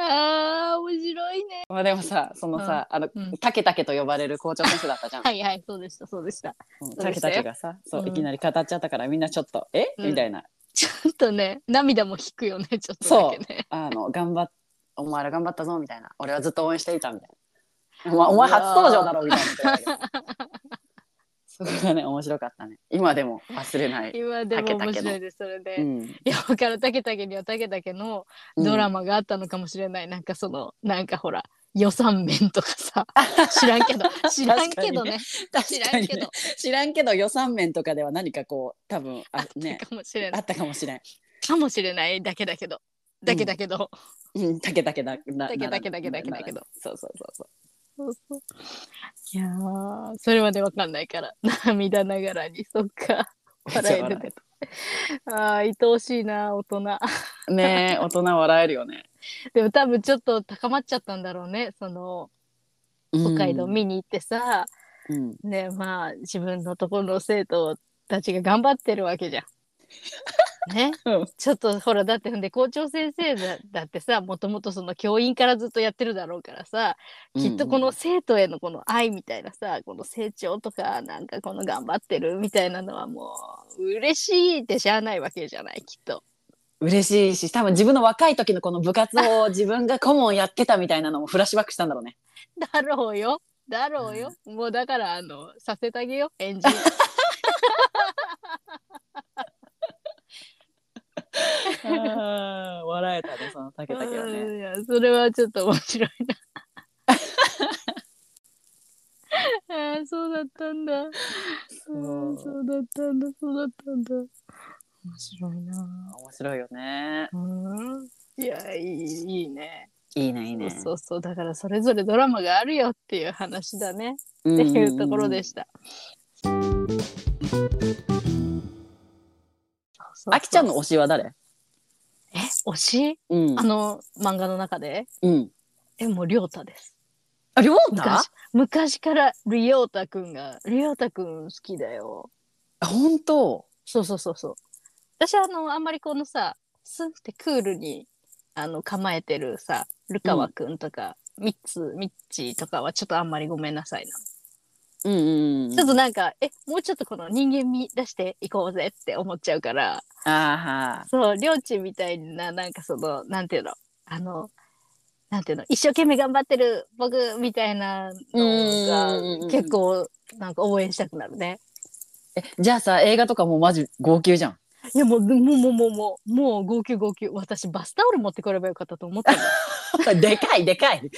Speaker 2: あー面白いね
Speaker 1: まあでもさ、そのさ、あの
Speaker 2: うん、
Speaker 1: タケタケと呼ばれる校長先生だったじゃん。
Speaker 2: はいはいそうでしたそうでした
Speaker 1: うん
Speaker 2: そう
Speaker 1: タ
Speaker 2: で
Speaker 1: ケ
Speaker 2: した
Speaker 1: タ
Speaker 2: よ
Speaker 1: ケがさ、そうう、
Speaker 2: ん
Speaker 1: いきなり語っちゃったから、みんなちょっと、え
Speaker 2: うん
Speaker 1: みたいな。
Speaker 2: ちょっとね涙も引くよね ちょっとだけね
Speaker 1: あの、頑張っ、お前ら頑張ったぞ、みたいな。俺は ずっと応援していた、みたいな。お前、お前初登場だろ、みたいな。そこがね面白かったね今でも忘れない、
Speaker 2: 今でも面白いですそれで、
Speaker 1: うん、
Speaker 2: いやわからんたけたけにはたけたけのドラマがあったのかもしれない、なんかそのなんかほら予算面とかさ 知ら んけど知らんけどね
Speaker 1: 確かにね
Speaker 2: 知らんけど
Speaker 1: 知らんけど予算面とかでは何かこう多分あね
Speaker 2: あったかもしれな
Speaker 1: あ
Speaker 2: い
Speaker 1: ったかもしれん
Speaker 2: かもしれないだけだけどだけだけど、
Speaker 1: うんだけだけだだ
Speaker 2: だけだけだけだけだけど
Speaker 1: そうそうそうそう
Speaker 2: そうそういやーそれまでわかんないから涙ながらにそっか笑えるねああー愛おしいな大人
Speaker 1: ねえ大人笑えるよね
Speaker 2: でも多分ちょっと高まっちゃったんだろうねその北海道見に行ってさ、
Speaker 1: うん
Speaker 2: ねまあ自分のところの生徒たちが頑張ってるわけじゃ ん。ね
Speaker 1: うん
Speaker 2: ちょっとほらだってほんで校長先生だだってさもともとその教員からずっとやってるだろうからさきっとこの生徒へのこの愛みたいなさこの成長とかなんかこの頑張ってるみたいなのはもう嬉しいってしゃあないわけじゃないきっと。
Speaker 1: 嬉しいし多分自分の若い時のこの部活 を自分が顧問やってたみたいなのもフラッシュバックしたんだろうね。
Speaker 2: だろうよだろうよ、もうだからあのさせてあげようエンジン。
Speaker 1: 笑えたねその竹竹はね。
Speaker 2: いやそれはちょっと面白いな。あーそうだったんだ。あー
Speaker 1: う
Speaker 2: そうだったんだ。そうだったんだ。面白いな。
Speaker 1: 面白いよね。
Speaker 2: うん。いやいいいいね。
Speaker 1: いいねいいね。
Speaker 2: そうそうそうだからそれぞれドラマがあるよっていう話だね。
Speaker 1: っ
Speaker 2: っていうところでした。そうそうそう
Speaker 1: あきちゃんの推しは誰？
Speaker 2: え推し
Speaker 1: うん
Speaker 2: あの漫画の中で
Speaker 1: うん。
Speaker 2: えもう亮太です。
Speaker 1: ありょうた
Speaker 2: 昔？昔からリオータくんがリオータくん好きだよ
Speaker 1: あ本当。
Speaker 2: そうそうそうそう私あのあんまりこのさスンってクールにあの構えてるさルカワくんとか、ミッツミッチーとかはちょっとあんまりごめんなさいな、
Speaker 1: うんうんうん。
Speaker 2: ちょっとなんかえもうちょっとこの人間味出していこうぜって思っちゃうから
Speaker 1: あ
Speaker 2: そうりょうちんみたいななんかそのなんていうのあのなんていうの一生懸命頑張ってる僕みたいなの
Speaker 1: うんうんうんう
Speaker 2: が
Speaker 1: ん
Speaker 2: 結構なんか応援したくなるね。
Speaker 1: ーはーえじゃあさ映画とかもうマジ号泣じゃん。
Speaker 2: いやもうもうもうもうもうもう号泣号泣私バスタオル持ってこればよかったと思ったの
Speaker 1: でかいでかい。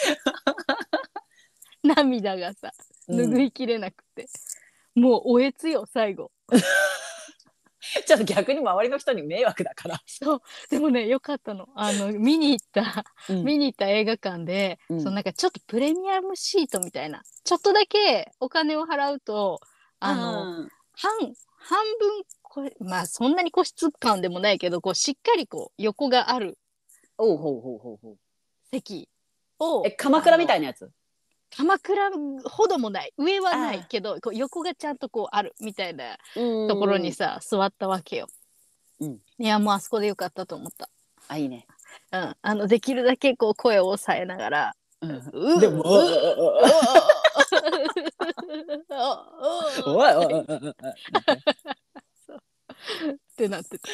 Speaker 2: 涙がさ拭いきれなくて、もうおえつよ最後
Speaker 1: ちょっと逆に周りの人に迷惑だから。
Speaker 2: そうでもねよかったのあの見に行った見に行った映画館で、
Speaker 1: うん
Speaker 2: そのなんかちょっとプレミアムシートみたいなちょっとだけお金を払うとあの、半半分これまあそんなに個室感でもないけどこうしっかりこう横がある
Speaker 1: おうほうほうほうほう。
Speaker 2: 席を
Speaker 1: え鎌倉みた
Speaker 2: い
Speaker 1: いなやつ。
Speaker 2: 鎌倉ほどもない上はな
Speaker 1: あ
Speaker 2: い
Speaker 1: あ
Speaker 2: けどこう横がちゃんとこうあるみたいな
Speaker 1: と
Speaker 2: ところにさ、座ったわけよ。
Speaker 1: うん
Speaker 2: いやもうあそこでよかったと思った。
Speaker 1: あいいね。
Speaker 2: うん、あのできるだけこう声を抑えながら
Speaker 1: うんでも
Speaker 2: う
Speaker 1: おいおいお
Speaker 2: 「
Speaker 1: いおいおい
Speaker 2: ってなってた。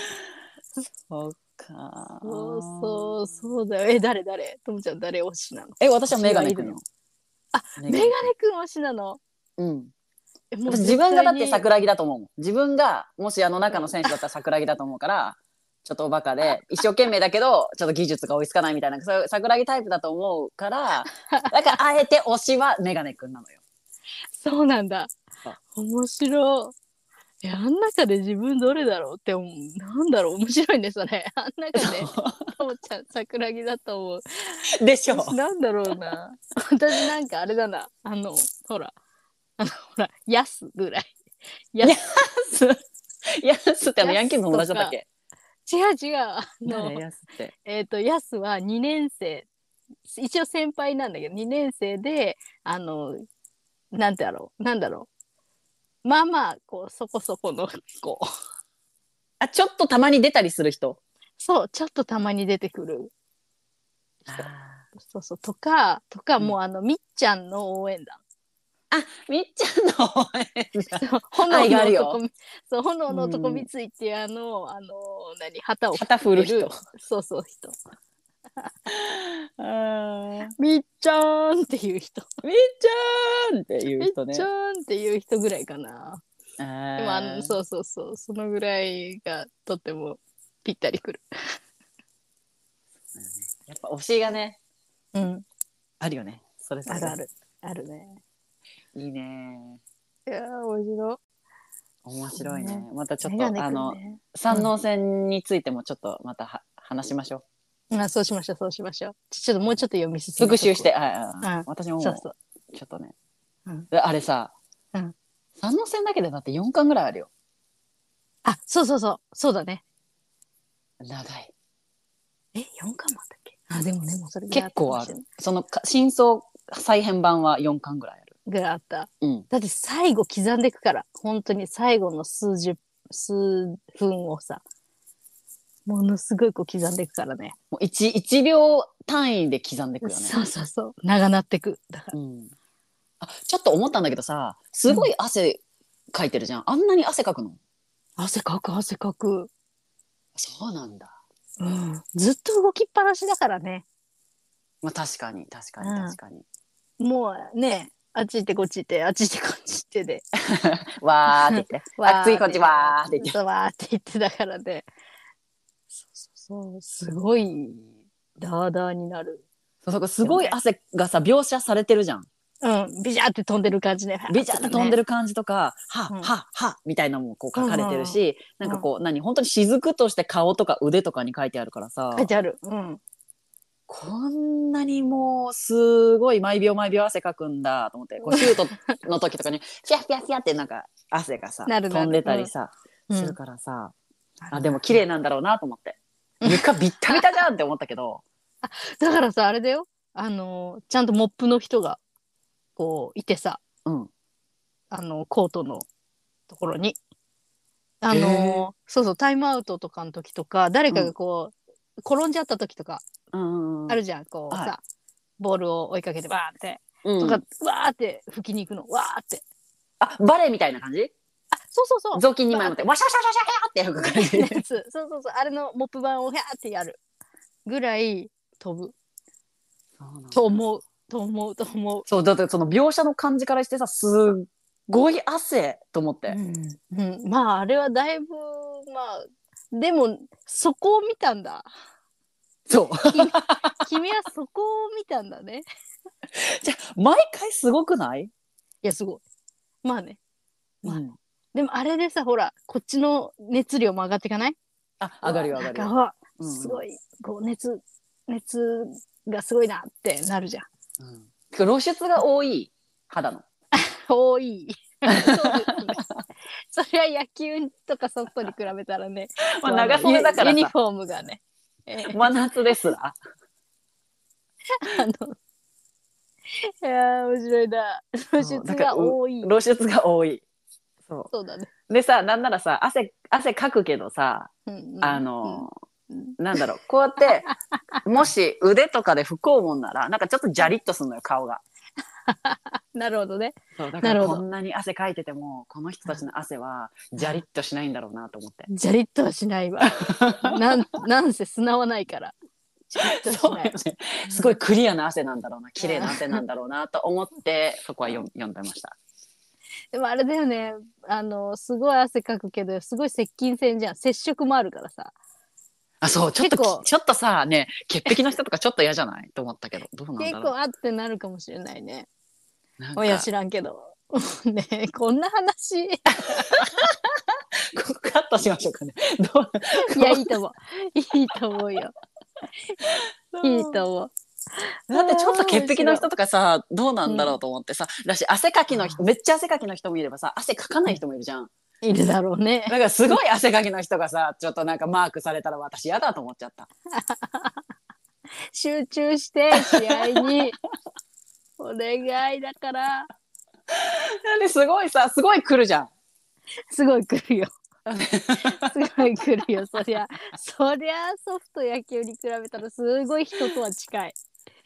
Speaker 1: そうか。
Speaker 2: そうそうそうだよ。え誰誰ともちゃん誰推しなの
Speaker 1: え私はメガネ君よ。
Speaker 2: あ
Speaker 1: メ
Speaker 2: メガネくん推しなの
Speaker 1: 君。うん。
Speaker 2: えもう
Speaker 1: 私自分がだって
Speaker 2: 絶対に
Speaker 1: 桜木だと思うもん。自分がもしあの中の選手だったら桜木だと思うから。ちょっとおバカで一生懸命だけどちょっと技術が追いつかないみたいなそういう桜木タイプだと思うからだからあえて推しはメガネ君なのよ。
Speaker 2: そうなんだ
Speaker 1: あ。
Speaker 2: 面白い。え、あん中で自分どれだろうって思う。なんだろう面白いね、そ れ。あん中で、ともちゃん、桜木だと思う。
Speaker 1: でしょ
Speaker 2: 私なんだろうな。私なんかあれだな。あの、ほら。あの、ほら、ヤスぐらい。ヤス。
Speaker 1: ヤスってあのヤンキーの友達だったっけ
Speaker 2: 違う違う。あ
Speaker 1: 誰
Speaker 2: の、
Speaker 1: ヤスって。
Speaker 2: えっ、と、ヤスは2年生。一応先輩なんだけど、2年生で、あの、なんだろう、なんだろう。まあまあ、こう、そこそこの子。
Speaker 1: あちょっとたまに出たりする人。
Speaker 2: そう、ちょっとたまに出てくる。そうそう、とか、とか、
Speaker 1: うん
Speaker 2: もうあの、みっちゃんの応援 団。
Speaker 1: みっちゃんの応援だ
Speaker 2: そう炎
Speaker 1: 愛がある
Speaker 2: の
Speaker 1: よ
Speaker 2: 男み、そう、炎の男
Speaker 1: うん
Speaker 2: 三井っていうあの、あの、何、旗を振
Speaker 1: 旗振る
Speaker 2: る
Speaker 1: 人。
Speaker 2: そうそう、人。
Speaker 1: あー
Speaker 2: みっちゃーんっていう人。
Speaker 1: みっちゃんってい
Speaker 2: みっ
Speaker 1: う人ね
Speaker 2: ちゃ。ーんっていう人ぐらいかな。でもあの
Speaker 1: う。
Speaker 2: そうそうそうそのぐらいがとてもぴったりくる。
Speaker 1: やっぱ推しがね、
Speaker 2: うん、
Speaker 1: あるよね。それぞれ。
Speaker 2: るあるね。
Speaker 1: いいね。
Speaker 2: いやー面白
Speaker 1: 面白いね
Speaker 2: ね。
Speaker 1: またち
Speaker 2: い。
Speaker 1: ょっ
Speaker 2: メ
Speaker 1: と、
Speaker 2: ガネく
Speaker 1: あ
Speaker 2: ん
Speaker 1: の、
Speaker 2: ね
Speaker 1: 三能線についてもちょっとまたは話しましょう。
Speaker 2: あそうしましょうそうしましょう。ちょっともうちょっと読み進
Speaker 1: 復
Speaker 2: めとこう
Speaker 1: 習して。。はいはい
Speaker 2: うん
Speaker 1: 私ももう
Speaker 2: そうそう。
Speaker 1: ちょっとね。
Speaker 2: うん
Speaker 1: であれさ、
Speaker 2: うん
Speaker 1: 三能線だけでだって4巻ぐらいあるよ。
Speaker 2: あそうそうそうそうだね。
Speaker 1: 長い。
Speaker 2: え四巻もあったっけ？あでもねもうそれぐらい
Speaker 1: 結構あ
Speaker 2: ったかもしれ
Speaker 1: る
Speaker 2: ない。
Speaker 1: そのか真相再編版は4巻ぐらいある。
Speaker 2: ぐらいあった。
Speaker 1: うん。
Speaker 2: だって最後刻んでいくから本当に最後の数十数分をさものすごいこう刻んでいくからね。
Speaker 1: もう 1, 1秒単位で刻んでいくよね。
Speaker 2: そうそうそう長なってくだから。
Speaker 1: うん、あちょっと思ったんだけどさすごい汗かいてるじゃん、あんなに汗かくの
Speaker 2: 汗かく汗かく、
Speaker 1: そうなんだ。
Speaker 2: うん、ずっと動きっぱなしだからね
Speaker 1: まあ確かに確かに
Speaker 2: うん
Speaker 1: 確かに。
Speaker 2: もうねあっち行ってこっち行ってあっち行ってこっち行ってで
Speaker 1: わーって 言って。あ次こっちわーって言って
Speaker 2: そうわーって言ってだからねそうそうそうすごいダーダーになる
Speaker 1: そうそこすごい汗がさ描写されてるじゃん。
Speaker 2: うんビジャーって飛んでる感じね
Speaker 1: ビジャって飛んで
Speaker 2: る
Speaker 1: る感じとか、は
Speaker 2: うん
Speaker 1: ははみたいなのもこう書かれてるし、なんかこう何本当に雫として顔とか腕とかに書いてあるからさ。
Speaker 2: 書いてあるうん
Speaker 1: こんなにもうすごい毎秒毎秒汗かくんだと思ってこうシュートの時とかに フィャフィャフィャってなんか汗がさ
Speaker 2: なるなる
Speaker 1: 飛んでたりさ、
Speaker 2: うん
Speaker 1: するからさ、あでも綺麗なんだろうなと思っ て床ビッタビタじゃんって思ったけど
Speaker 2: だからさあれだよあのちゃんとモップの人がこういてさ
Speaker 1: うん
Speaker 2: あのコートのところに。あ
Speaker 1: へ
Speaker 2: の
Speaker 1: ー
Speaker 2: そうそうタイムアウトとかの時とか誰かがこう、転んじゃった時とか
Speaker 1: うんうん
Speaker 2: あるじゃん、こうさ、
Speaker 1: はい
Speaker 2: ボールを追いかけてバーンって、
Speaker 1: うん
Speaker 2: とかわーって拭きに行くのわーって
Speaker 1: あバレエみたいな感じ
Speaker 2: あそうそうそう
Speaker 1: 雑巾2枚持ってワシャワシャワシャワシャ ってやる感
Speaker 2: やつそうそうそうあれのモップ版をヒャーってやるぐらい飛ぶ
Speaker 1: じ
Speaker 2: と思うと思うと思う。
Speaker 1: そうだってその描写の感じからしてさすっごい汗と思って、
Speaker 2: うんうん、まああれはだいぶまあでもそこを見たんだ
Speaker 1: そう
Speaker 2: 君はそこを見たんだね
Speaker 1: じゃあ毎回すごく ない、
Speaker 2: いやすごいまあね
Speaker 1: うん
Speaker 2: でもあれでさほらこっちの熱量も上がっていかない
Speaker 1: あ上がるよ上がる
Speaker 2: なん
Speaker 1: よ
Speaker 2: かわ
Speaker 1: うんうん
Speaker 2: すごいこう熱熱がすごいなってなるじゃん
Speaker 1: うん露出が多い肌の。
Speaker 2: 多い そうですねそれは野球とかソフトに比べたらね
Speaker 1: まあ長袖だから
Speaker 2: ユ
Speaker 1: さ
Speaker 2: ニフォームがね、えー
Speaker 1: 真夏ですら。
Speaker 2: あの、いやー、面白いな。露出が多い。
Speaker 1: 露出が多い。そ
Speaker 2: そうだね。
Speaker 1: う。でさ、なんならさ、汗、汗かくけどさ、
Speaker 2: うんうん
Speaker 1: あの、
Speaker 2: うん
Speaker 1: なんだろう、こうやって、もし腕とかで拭こうもんなら、なんかちょっとジャリッとすんのよ、顔が。
Speaker 2: うんなるほどね。
Speaker 1: そう、だ
Speaker 2: か
Speaker 1: からら
Speaker 2: こ
Speaker 1: こんなに汗かいてても、この人たちの汗は、ジャリッとしないんだろうなと思って。
Speaker 2: じゃりっとはしないわ。 なん、なんせ砂はないから。じゃりっとはし
Speaker 1: そうよ
Speaker 2: ない
Speaker 1: ね。。すごいクリアな汗なんだろうな、綺麗な汗なんだろうなと思って、そこは読ん読んでました。
Speaker 2: でもあれだよね。あの、すごい汗かくけど、すごい接近戦じゃん。接触もあるからさ。
Speaker 1: あ、そう、ちょっと
Speaker 2: 結構
Speaker 1: き、ちょっとさ、ね、潔癖の人とかちょっと嫌じゃない と思ったけど、どうなん
Speaker 2: 結
Speaker 1: だろう
Speaker 2: 構あってなるかもしれないね。。
Speaker 1: なんか
Speaker 2: 親知らんけど。 ねえこんな 話。い
Speaker 1: ここカットしましょうかね。 どう
Speaker 2: や、いいと思う。いいと思うよ。いいと思う。
Speaker 1: だってちょっと潔癖の人とかさ、どうなんだろうと思ってさ、だし汗かきの人、めっちゃ汗かきの人もいればさ、汗かかない人もいるじゃん。
Speaker 2: いるだろうね。
Speaker 1: なんかすごい汗かきの人がさ、ちょっとなんかマークされたら私嫌だと思っちゃった。
Speaker 2: 集中して試合にお願いだから
Speaker 1: なんですごいさ、すごい来るじゃん。
Speaker 2: すごい来る よすごい来るよそりゃそりゃソフト野球に比べたらすごい人とは近い、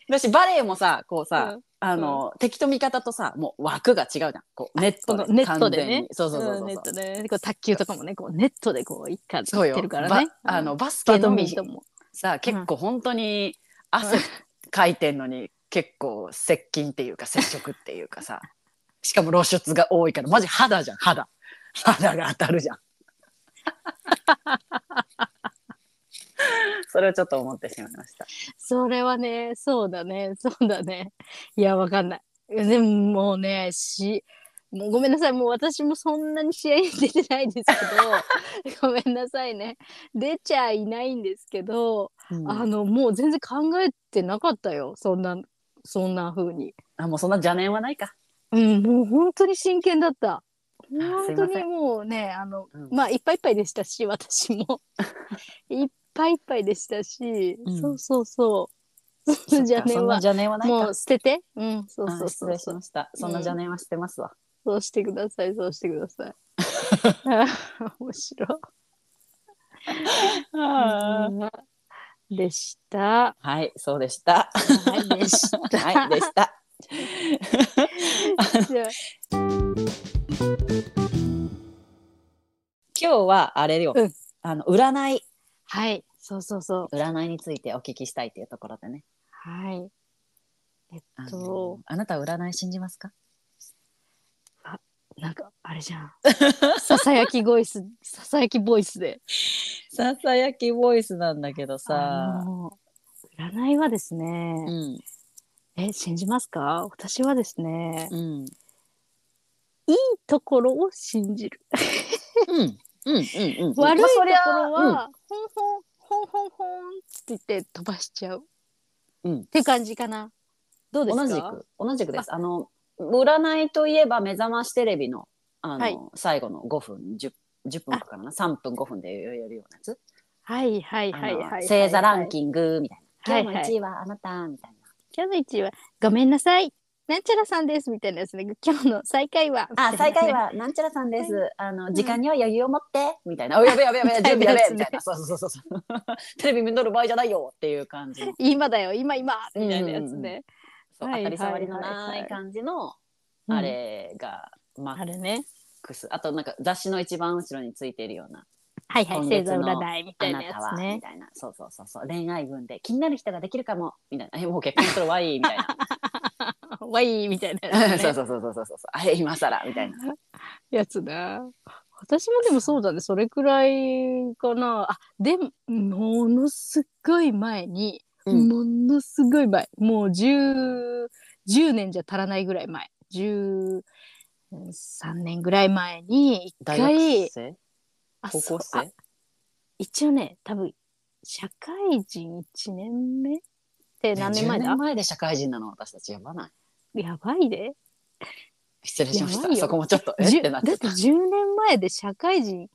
Speaker 1: だしバレエもさ、こう
Speaker 2: う
Speaker 1: さ、
Speaker 2: ん
Speaker 1: あの、敵と味方とさ、もう枠が違うじゃん。こう、ネッ
Speaker 2: こ
Speaker 1: ト
Speaker 2: の
Speaker 1: で。
Speaker 2: ネットで
Speaker 1: 完全
Speaker 2: ね
Speaker 1: にそうそうそう
Speaker 2: う
Speaker 1: そ
Speaker 2: ん
Speaker 1: う
Speaker 2: ネ
Speaker 1: そう。
Speaker 2: ットでねこう卓球とかもねこうネットでこう一回
Speaker 1: そう
Speaker 2: や
Speaker 1: よ
Speaker 2: ってるからね
Speaker 1: ばあの
Speaker 2: うん
Speaker 1: バス
Speaker 2: スケ
Speaker 1: ケ
Speaker 2: の
Speaker 1: の
Speaker 2: み
Speaker 1: み
Speaker 2: とも
Speaker 1: さ結構本当に汗かいてんのに結構 接近っていうか接触っていうかさしかも露出が多いからマジ肌じゃん肌肌が当たるじゃん。 それをちょっと思ってしまいました。
Speaker 2: それはね、そうだね、 そうだね。いや、わかんない。でももうね、し、もうごめんなさい、もう私もそんなに試合に出てないんですけ ど、ごめんなさいね。出ちゃいないんですけど、
Speaker 1: うん
Speaker 2: あの、もう全然考えてなかったよ、そんな、そんな風に。
Speaker 1: あもうそんな邪念はないか。
Speaker 2: うん、もう本当に真剣だった。
Speaker 1: いませ
Speaker 2: 本
Speaker 1: ん
Speaker 2: 当にもうね、あの、
Speaker 1: うん
Speaker 2: まあいっぱいいっぱいでしたし、私も。いっぱいいっぱいでしたし、
Speaker 1: うん
Speaker 2: そうそうそう。そんな邪
Speaker 1: そ
Speaker 2: 念
Speaker 1: んな
Speaker 2: は
Speaker 1: 邪念はないか。
Speaker 2: もう捨てて。うん、そう
Speaker 1: あ
Speaker 2: そう
Speaker 1: 失
Speaker 2: そう
Speaker 1: 礼し
Speaker 2: そう。
Speaker 1: ました。そんな邪念はしてますわ。
Speaker 2: そうしてください、そうしてくださ い。面白。
Speaker 1: はい
Speaker 2: でした。
Speaker 1: い、そうで した。
Speaker 2: はい、でした。
Speaker 1: はい、でした。
Speaker 2: じゃあ
Speaker 1: 今日はあれよ、
Speaker 2: うん
Speaker 1: あの占い
Speaker 2: はい、そうそうそう。
Speaker 1: 占いについてお聞きしたいっていうところでね。
Speaker 2: はい。えっ
Speaker 1: あの
Speaker 2: と、
Speaker 1: あなたは占い信じますか？
Speaker 2: なんか、あれじゃ ん。ささやきボイス、ささやきボイスで。
Speaker 1: ささやきボイスなんだけど
Speaker 2: あ
Speaker 1: さ、
Speaker 2: の占いはですね、
Speaker 1: うん
Speaker 2: え、信じますか私はですね、いい
Speaker 1: うん
Speaker 2: ところを信じる。
Speaker 1: うんうんうんうん。
Speaker 2: 悪いところ
Speaker 1: まあ
Speaker 2: は、ほんほん、ほんほんほんって言って飛ばしちゃう。
Speaker 1: うん
Speaker 2: って感じかな。どう
Speaker 1: そ
Speaker 2: です
Speaker 1: り
Speaker 2: か
Speaker 1: ゃうん、同じく同じくです。あの占いといえば目覚ましテレビのあの、
Speaker 2: はい
Speaker 1: 最後の5分10 10分かな3分5分でやるようなやつ、
Speaker 2: はいはいはいはい
Speaker 1: あの
Speaker 2: はい。
Speaker 1: 星座ランキングみたいな、
Speaker 2: はいはい
Speaker 1: 今日の1位はあなたみたいな、
Speaker 2: 今日の一位は、ごめんなさい。なんちゃらさんですみたいなやつね。今日の最下位は。
Speaker 1: あ、最下位
Speaker 2: み
Speaker 1: はなんちゃらさんです。あの、
Speaker 2: ん
Speaker 1: 時間には余裕を持って、みたいな。お、やべやべ やべ、準備やべ、
Speaker 2: み
Speaker 1: み
Speaker 2: た
Speaker 1: た
Speaker 2: い
Speaker 1: い
Speaker 2: な
Speaker 1: な。そうそうそうそう。 テレビ見とる場合じゃないよっていう感じの。
Speaker 2: たいな。今だよ、今今みたいなやつ
Speaker 1: うんうんう
Speaker 2: ね。
Speaker 1: そう
Speaker 2: はい
Speaker 1: 当たり障りの
Speaker 2: はいは
Speaker 1: ない
Speaker 2: は
Speaker 1: い
Speaker 2: い
Speaker 1: 感じの、
Speaker 2: うん
Speaker 1: あ。れが、マ
Speaker 2: あ
Speaker 1: ッ
Speaker 2: れね。
Speaker 1: クス。あと、なんか雑誌の一番後ろについているような、
Speaker 2: はいはい、
Speaker 1: 今
Speaker 2: 星
Speaker 1: 月
Speaker 2: 座
Speaker 1: の
Speaker 2: 占いみた
Speaker 1: あ
Speaker 2: い
Speaker 1: な
Speaker 2: なや
Speaker 1: た
Speaker 2: つ
Speaker 1: は、み
Speaker 2: ね。
Speaker 1: たいな。そうそうそうそう。恋愛運で気になる人ができるかも、みたいな。え、もう結婚するわいい、みたい な。
Speaker 2: わいみたいなや つ
Speaker 1: そ
Speaker 2: ね
Speaker 1: うそうそうそうそうそう。あれ、今更、みたいな。
Speaker 2: やつだ。私もでもそうだね、それくらいかな。あ、でも、ものすごい前に、
Speaker 1: うん。
Speaker 2: ものすごい前、もう10、10年じゃ足らないぐらい前、13年ぐらい前に、一
Speaker 1: 大学
Speaker 2: 回、
Speaker 1: 生
Speaker 2: あ
Speaker 1: 高
Speaker 2: そう
Speaker 1: 校
Speaker 2: あ
Speaker 1: 生
Speaker 2: 一応ね、多分、社会人1年目って何年前
Speaker 1: ね
Speaker 2: だ
Speaker 1: 10前で社会人なの、私たち。やばない。
Speaker 2: やばいで。
Speaker 1: 失礼しまし
Speaker 2: やば
Speaker 1: た。
Speaker 2: いよ
Speaker 1: そこもちょっと、え
Speaker 2: じゅ
Speaker 1: っ
Speaker 2: だ
Speaker 1: て
Speaker 2: っ
Speaker 1: なっててた。
Speaker 2: 10年前で社会人、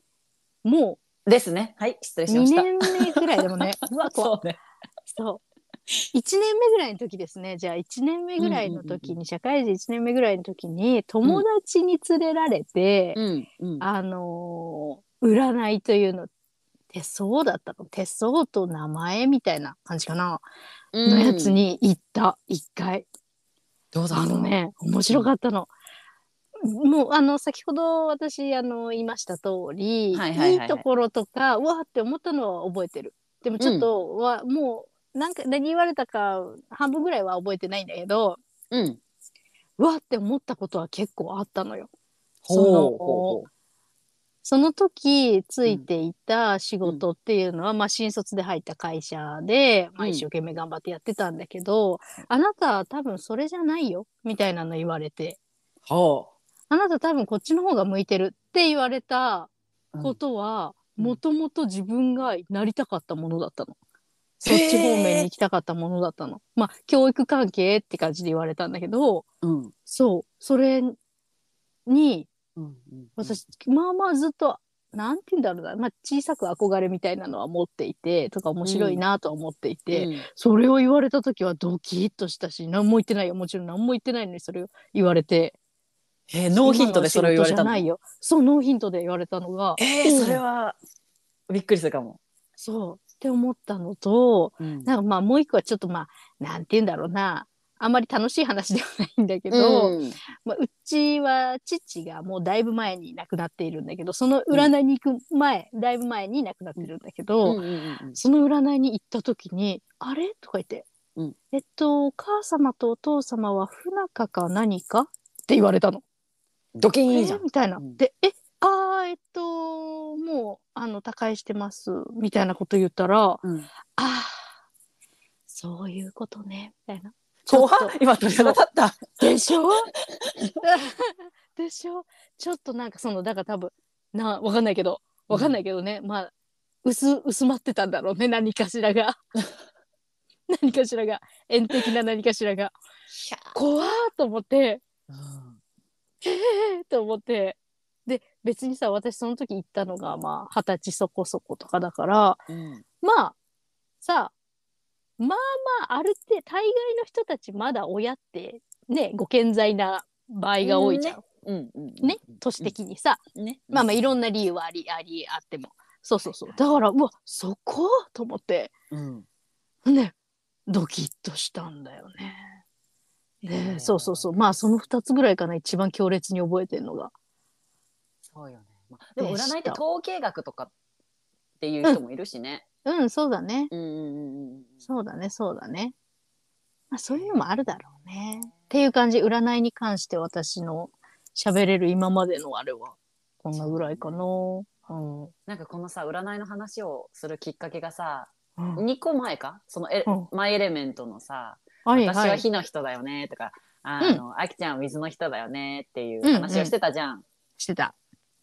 Speaker 2: も
Speaker 1: ですね。はい、失礼
Speaker 2: う
Speaker 1: しま
Speaker 2: 2
Speaker 1: した。
Speaker 2: 年目ぐらい だもんね。うわ、怖い
Speaker 1: そうね。
Speaker 2: そう。1年目ぐらいの時ですね。じゃあ1年目ぐらいの時に、
Speaker 1: うんうんうん
Speaker 2: 社会人1年目ぐらいの時に、友達に連れられて、
Speaker 1: うん、うん。
Speaker 2: あのー占いというの、手相だったの。手相と名前みたいな感じかな。のやつ。に行った、一回。
Speaker 1: どうだ
Speaker 2: あの。ね、面白かったの。もうあの先ほど私あの言いました通り、
Speaker 1: はいはいはいはい
Speaker 2: いところとかうわーって思ったのは覚えてるでもちょっと、はもうなんか何言われたか半分ぐらいは覚えてないんだけど
Speaker 1: うん。
Speaker 2: うわーって思ったことは結構あったのよ。
Speaker 1: ほう
Speaker 2: その
Speaker 1: ほうほう。
Speaker 2: その時ついていた仕事っていうのは、まあ、新卒で入った会社で、まあ、
Speaker 1: うん
Speaker 2: 一生懸命頑張ってやってたんだけど、あなたは多分それじゃないよみたいなの言われて
Speaker 1: ほ
Speaker 2: あなた多分こっちの方が向いてるって言われたことは
Speaker 1: うん
Speaker 2: もともと自分がなりたかったものだったの。そっち方面に行きたかったものだったの。まあ教育関係って感じで言われたんだけど
Speaker 1: う。うん。
Speaker 2: そうそれに
Speaker 1: うん。
Speaker 2: 私、まあまあずっとなんて言うんだろうな、まあ、小さく憧れみたいなのは持っていてとか面白いなとは思っていて、
Speaker 1: うん、
Speaker 2: それを言われた時はドキッとしたし何も言ってないよもちろん何も言ってないのにそれを言われて。
Speaker 1: えー、ノーヒントでそれを言われた
Speaker 2: 今の仕事じゃ
Speaker 1: の
Speaker 2: な。いよ。そう、ノーヒントで言われたのが、
Speaker 1: えー、それは。びっくりするかも。
Speaker 2: そう、って思ったのと、
Speaker 1: うん
Speaker 2: なんかまあもう一個はちょっとまあ、なんて言うんだろうな。あんまり楽しい話ではないんだけど、う
Speaker 1: うん
Speaker 2: まあ、うちは父がもうだいぶ前に亡くなっているんだけど、その占いに行く前、だいぶ前に亡くなってるんだけど、
Speaker 1: うんうん
Speaker 2: その占いに行った時に「あれ?」とか言って、
Speaker 1: うん
Speaker 2: えっとお母様とお父様は不仲か何か?」って言われたの。
Speaker 1: ドキ
Speaker 2: え
Speaker 1: ーンじゃ
Speaker 2: ー
Speaker 1: ん。
Speaker 2: みたいな。
Speaker 1: うん
Speaker 2: で「えあーえっともうあの他界してますみたいなこと言ったら
Speaker 1: うん
Speaker 2: あーそういうことねみたいな
Speaker 1: 怖っ
Speaker 2: ちょっと
Speaker 1: 今鳥肌立った。
Speaker 2: でしょでしょちょっとなんかそのだから多分なわかんないけどわかんないけどね、まあ薄薄まってたんだろうね何かし らが何かしらが縁的な何かしらが怖ーと思ってえー と思ってで別にさ私その時行ったのがまあ二十歳そこそことかだから
Speaker 1: うん
Speaker 2: まあさまあまあある程度大概の人たちまだ親ってねご健在な場合が多いじゃん、
Speaker 1: うんうん
Speaker 2: ね都市的にさ、
Speaker 1: ね。
Speaker 2: まあまあいろんな理由はありありあってもそうそうそうだからうわそこと思って
Speaker 1: うん。
Speaker 2: ねドキッとしたんだよね。ね
Speaker 1: ね
Speaker 2: そうそうそうまあその2つぐらいかな一番強烈に覚えてるのが。
Speaker 1: そうよね。まあ、でも
Speaker 2: でした
Speaker 1: 占いって統計学とかっていう人もいるしね。
Speaker 2: うんそうだね
Speaker 1: うんうんうんうん。
Speaker 2: そうだね、そうだね。まあ、そういうのもあるだろうね。っていう感じ、占いに関して私の喋れる今までのあれは、こんなぐらいかな。うん。う
Speaker 1: なんかこのさ占いの話をするきっかけがさ、
Speaker 2: ん、
Speaker 1: 2個前かそのエ、
Speaker 2: うん
Speaker 1: マイエレメントのさ、
Speaker 2: はい
Speaker 1: 私
Speaker 2: は。
Speaker 1: はい火の人だよねとか、あの、あきちゃんは水の人だよねっていう話をしてたじゃん。
Speaker 2: してた。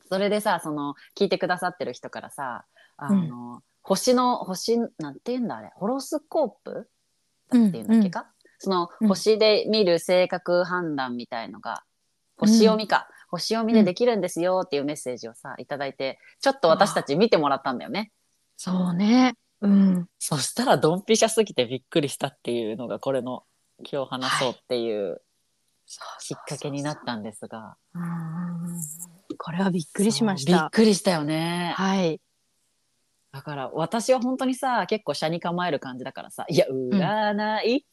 Speaker 1: それでさその聞いてくださってる人からさあの、星の星なんて言うんだあれホロスコープだっていうんだっけか、その、
Speaker 2: うん
Speaker 1: 星で見る性格判断みたいのが星読みか、星読みでできるんですよっていうメッセージをさいただいてちょっと私たち見てもらったんだよね。
Speaker 2: そうね。うん。
Speaker 1: そしたらドンピシャすぎてびっくりしたっていうのがこれの今日話そうっていうきっかけになったんですが
Speaker 2: うんうんうん。これはびっく
Speaker 1: び
Speaker 2: りしまし。
Speaker 1: びったくりしたよね。
Speaker 2: はい。
Speaker 1: だから私は本当にさ結構車に構える感じだからさ「いや
Speaker 2: ん
Speaker 1: 占い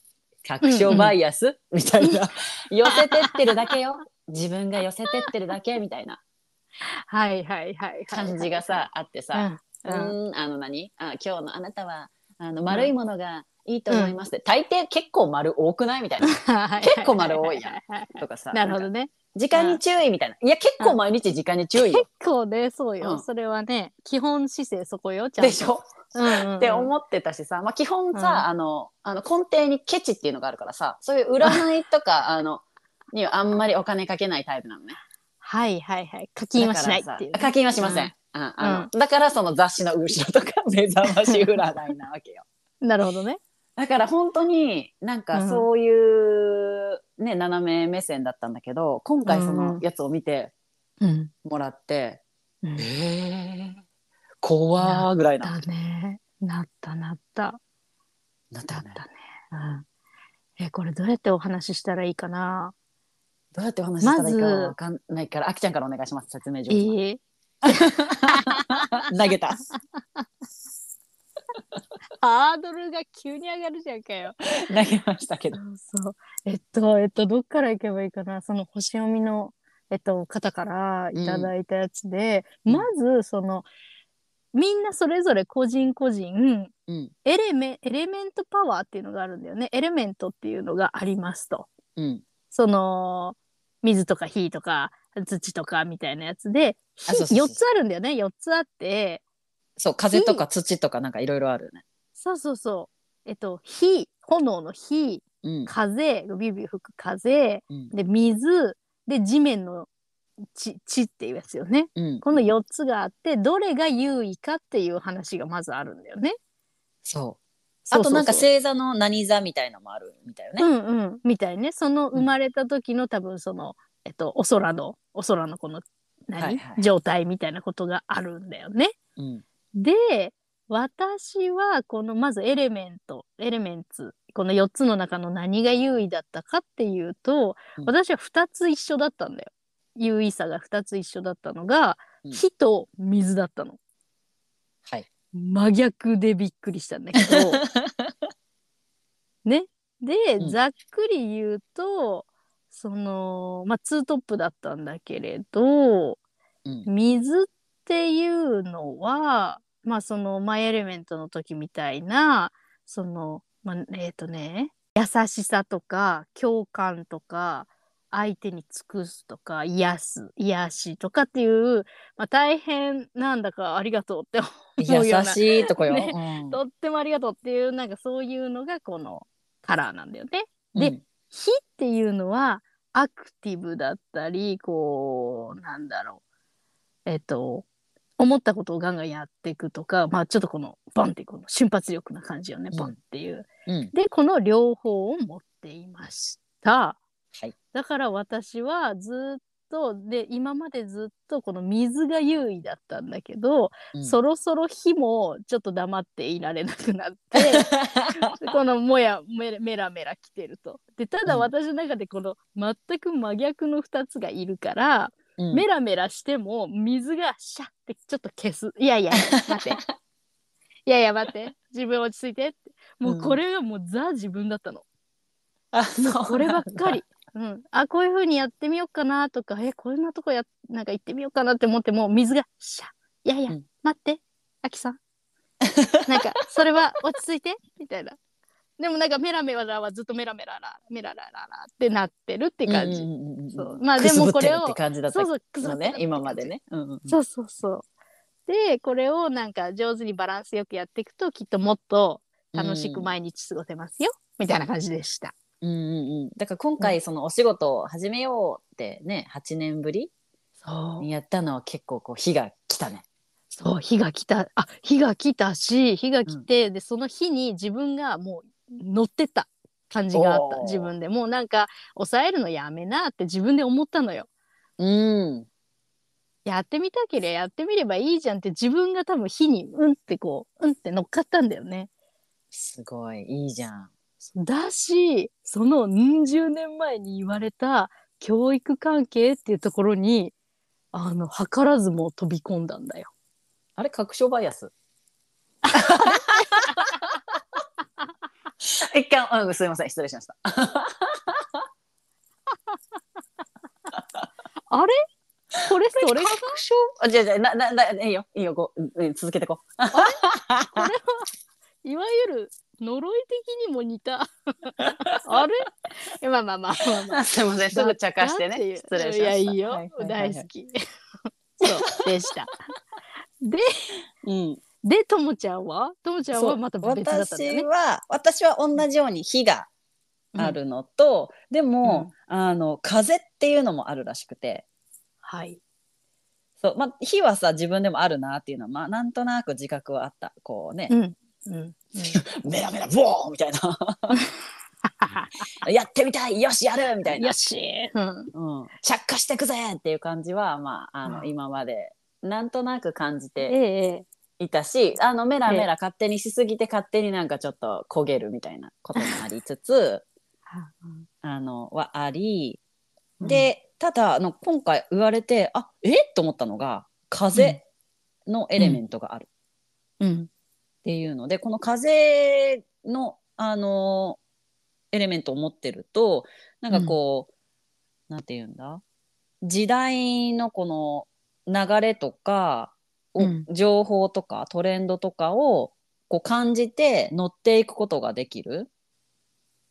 Speaker 1: 確証バイアス みたいな「寄せてってるだけよ自分が寄せてってるだけ」みたいな
Speaker 2: はいはいはい。
Speaker 1: 感じがさあって
Speaker 2: う
Speaker 1: さ
Speaker 2: ん。
Speaker 1: 「う
Speaker 2: う
Speaker 1: ー
Speaker 2: ん
Speaker 1: んあの何あ今日のあなたはあの丸いものがいいと思います」って大抵結構丸多くないみたいな結構丸多いやん。とかさ
Speaker 2: なるほど
Speaker 1: んか
Speaker 2: ね。
Speaker 1: 時間に注意みたいな「いや結構毎日時間に注意
Speaker 2: 結
Speaker 1: よ
Speaker 2: 構ね、そうよ。
Speaker 1: うん
Speaker 2: それはね、基本姿勢そこよ、ち」ゃんと。
Speaker 1: でしょ
Speaker 2: うんうんうん
Speaker 1: って思ってたしさ、まあ、基本さ、
Speaker 2: うん
Speaker 1: あのあの根底にケチっていうのがあるからさそういう占いと かあのにはあんまりお金かけないタイプなのね。
Speaker 2: はいはいはい。課金はしない
Speaker 1: だ
Speaker 2: っていう
Speaker 1: から
Speaker 2: ね、
Speaker 1: さ課金はしません。うんあのだからその雑誌の後ろとか 目覚まし占いなわけよ。
Speaker 2: なるほどね。
Speaker 1: だから本当になんかそういう、ね斜め目線だったんだけど今回そのやつを見て
Speaker 2: うん。
Speaker 1: もらって、
Speaker 2: うん
Speaker 1: えー、怖ーぐらいな。
Speaker 2: だね。なったなった。
Speaker 1: なった
Speaker 2: だっ
Speaker 1: よね
Speaker 2: たね。うん。え、これどうやってお話ししたらいいかな。
Speaker 1: どうやってお話ししたらいいかわかんないから、あきちゃんからお願いします説明上
Speaker 2: え
Speaker 1: 手な
Speaker 2: ー、
Speaker 1: 投げた。
Speaker 2: ハードルが急に上がるじゃんかよ。
Speaker 1: 投げましたけ
Speaker 2: そ
Speaker 1: ど。
Speaker 2: うそう。えっと、えっと、どっから行けばいいかな。その星読みの、えっと、方からいただいたやつで、
Speaker 1: うん
Speaker 2: まず、その、みんなそれぞれ個人個人、
Speaker 1: うん。
Speaker 2: エレメエレメントパワーっていうのがあるんだよね。エレメントっていうのがありますと。
Speaker 1: うん。
Speaker 2: その水とか火とか土とかみたいなやつで
Speaker 1: あそうそうそう
Speaker 2: 4つあるんだよね4つあって
Speaker 1: そう、風とか土とかなんかいろいろあるよね。
Speaker 2: そうそうそうえっと火炎の火
Speaker 1: うん。
Speaker 2: 風ビュービュー吹く風
Speaker 1: うん。
Speaker 2: で水で地面の地地っていうやつよね。
Speaker 1: うん。
Speaker 2: この4つがあってどれが優位かっていう話がまずあるんだよね。
Speaker 1: そう。
Speaker 2: そ
Speaker 1: あ
Speaker 2: う
Speaker 1: と
Speaker 2: そうそう
Speaker 1: なんか星座の何座みたいのもあるみたいよ
Speaker 2: う
Speaker 1: ね。
Speaker 2: んうん、みたいねその生まれた時の多分その、えっと、お空のお空のこの何、
Speaker 1: はいはい
Speaker 2: 状態みたいなことがあるんだよね。
Speaker 1: うん。
Speaker 2: で私はこのまずエレメントエレメンツこの4つの中の何が優位だったかっていうと、
Speaker 1: うん
Speaker 2: 私は2つ一緒だったんだよ。優位さが2つ一緒だったのが、
Speaker 1: うん
Speaker 2: 火と水だったの。
Speaker 1: はい。
Speaker 2: 真逆でびっくりしたんだけ ど。ね。で、
Speaker 1: うん
Speaker 2: ざっくり言うとそのまあツートップだったんだけれど
Speaker 1: うん。
Speaker 2: 水っていうのはまあそのマイ・エレメントの時みたいなその、まあ、えっ、とね優しさとか共感とか相手に尽くすとか癒す癒しとかっていう、まあ、大変なんだかありがとうって
Speaker 1: 優
Speaker 2: そうような
Speaker 1: しいとこよ。
Speaker 2: ね
Speaker 1: うん
Speaker 2: とってもありがとうっていうなんかそういうのがこのカラーなんだよね。で
Speaker 1: うん
Speaker 2: 火っていうのはアクティブだったりこうなんだろうえっと思ったことをガンガンやっていくとかまあちょっとこのバンってこの瞬発力な感じよね
Speaker 1: うん
Speaker 2: バンっていう。
Speaker 1: うん
Speaker 2: でこの両方を持っていました。
Speaker 1: はい
Speaker 2: だから私はずっとで今までずっとこの水が優位だったんだけど、
Speaker 1: うん
Speaker 2: そろそろ火もちょっと黙っていられなくなってこのもやめメラメラ来てると。でただ
Speaker 1: うん
Speaker 2: 私の中でこの全く真逆の2つがいるから、
Speaker 1: うん
Speaker 2: メラメラしても水がシャッてちょっと消す。い やいや待って。いやいや待って自分落ち着いてってもううんこれがもうザ自分だった の、
Speaker 1: あそう
Speaker 2: こればっかり。うん、あこういう風にやってみようかなとかえこんなとこやなんか行ってみようかなって思っても水がシャッいやいや、
Speaker 1: うん
Speaker 2: 待ってあきさんなんかそれは落ち着いてみたいなでもなんかメラメラはずっとメラメララメララララってなってるって感じ、
Speaker 1: うんうんうんうん
Speaker 2: そうまあ
Speaker 1: く
Speaker 2: です
Speaker 1: ぶ
Speaker 2: も
Speaker 1: っ
Speaker 2: こ
Speaker 1: て
Speaker 2: れ
Speaker 1: る
Speaker 2: を
Speaker 1: って感じだった
Speaker 2: そうそうくす
Speaker 1: の
Speaker 2: ぶって
Speaker 1: ね
Speaker 2: る
Speaker 1: 今までね。うんうんうん
Speaker 2: そうそうそうでこれをなんか上手にバランスよくやっていくときっともっと楽しく毎日過ごせますよ、みたいな感じでした
Speaker 1: うんうんうん、だから今回そのお仕事を始めようってね8年ぶり
Speaker 2: そう
Speaker 1: にやったのは結構こう火が来たね。
Speaker 2: そう火が来たあ火が来たし火が来て、でその火に自分がもう乗ってった感じがあっ
Speaker 1: お
Speaker 2: た
Speaker 1: ー
Speaker 2: 自分でもうなんか抑えるのやめなって自分で思ったのよ。
Speaker 1: うん、
Speaker 2: やってみたければやってみればいいじゃんって自分が多分火にうんってこううんって乗っかったんだよね。
Speaker 1: すごいいいじゃん。
Speaker 2: だしそのうん10年前に言われた教育関係っていうところにあの図らずも飛び込んだんだよ。
Speaker 1: あれ確証バイアス 一回、うん、すいません失礼しました。
Speaker 2: あれこれそれが
Speaker 1: 確証あじゃあじゃあななないいよいいよこう、うん、続けてこ
Speaker 2: これはいわゆる呪い的にも似た あれいやまあまあまあまあまあ
Speaker 1: う。 すいませんすぐ茶化して
Speaker 2: だってい
Speaker 1: ね
Speaker 2: う
Speaker 1: 失礼しました。
Speaker 2: いやいいよ、
Speaker 1: はいはいはいはい
Speaker 2: 大好きそうでしたで
Speaker 1: うん
Speaker 2: でともちゃんはともちゃん
Speaker 1: そ
Speaker 2: は
Speaker 1: う
Speaker 2: また別だったんだよね
Speaker 1: 私は私は同じように火があるのと、でも、あの風っていうのもあるらしくて
Speaker 2: はい
Speaker 1: そう、まあ、火はさ自分でもあるなっていうのは、まあ、なんとなく自覚はあったこうね、
Speaker 2: うんうん うん
Speaker 1: メラメラボーンみたい なやってみたいよしやるみたいな
Speaker 2: よ、し、うん、
Speaker 1: うん、着火してくぜっていう感じは、まあ、あの、
Speaker 2: うん
Speaker 1: 今までなんとなく感じ
Speaker 2: え
Speaker 1: て
Speaker 2: え
Speaker 1: いたしあのメラメラ勝手にしすぎて勝手になんかちょっと焦げるみたいなこともありつ つ。あのはあり、でただあの今回言われてあえと思ったのが風のエレメントがあるっ
Speaker 2: うん
Speaker 1: ていうので、この風のあのエレメントを持ってるとなんかこう、なんて言うんだ時代のこの流れとか、を
Speaker 2: うん
Speaker 1: 情報とかトレンドとかをこう感じて乗っていくことができる。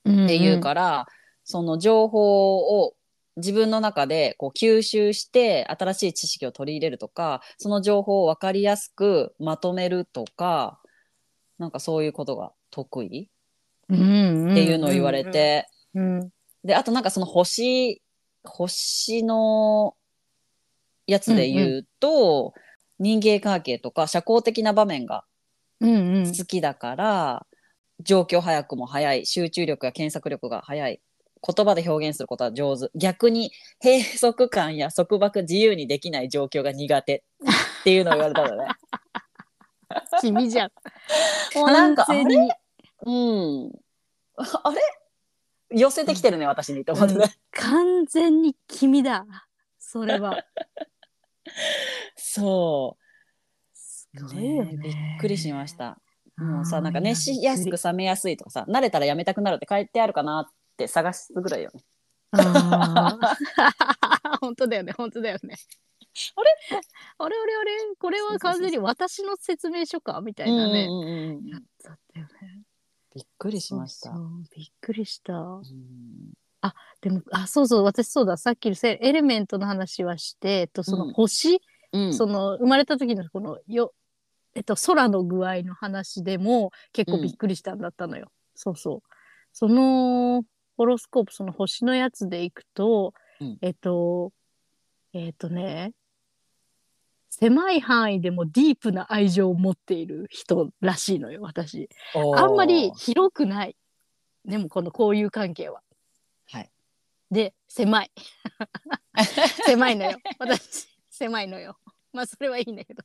Speaker 2: うん
Speaker 1: っていうから、その情報を自分の中でこう吸収して新しい知識を取り入れるとかその情報を分かりやすくまとめるとかなんかそういうことが得意
Speaker 2: うん
Speaker 1: っていうのを言われて、
Speaker 2: うんうん
Speaker 1: であとなんかその星星のやつで言うと、人間関係とか社交的な場面が
Speaker 2: うんうん
Speaker 1: 好きだから、状況早くも早い集中力や検索力が早い言葉で表現することは上手逆に閉塞感や束縛自由にできない状況が苦手っていうのを言われたのね。
Speaker 2: 君じゃん
Speaker 1: もうなんか
Speaker 2: 完全に
Speaker 1: うん、あれ寄せてきてるね、私にと思ってね。
Speaker 2: 完全に君だそれは
Speaker 1: そ
Speaker 2: す
Speaker 1: う、ね、びっくりしました。もうさなんか熱し
Speaker 2: や
Speaker 1: やすく冷めやすいとかさ慣れたらやめたくなるって書いてあるかなって探すぐらいよね。
Speaker 2: あー 本当だよね本当だよねあれあれあれこれは完全に私の説明書かみたいなね、
Speaker 1: うんうんうんうん
Speaker 2: やつだったよね
Speaker 1: びっくりしました。
Speaker 2: そうそうびっくりした
Speaker 1: うん
Speaker 2: ででも、あ、そうそう、私そうだ、さっきせエレメントの話はして、えっと、その星、
Speaker 1: うん
Speaker 2: その生まれた時のこのよ、えっと、空の具合の話でも結構びっくりしたんだったのよ。そうそう。そのホロスコープ、その星のやつでいくと、
Speaker 1: うん
Speaker 2: えっと、えっとね、狭い範囲でもディープな愛情を持っている人らしいのよ、私。あんまり広くない。でもこの交友関係は。
Speaker 1: はい
Speaker 2: で狭い。 狭いのよ。私狭いのよ。まあそれはいいんだけど。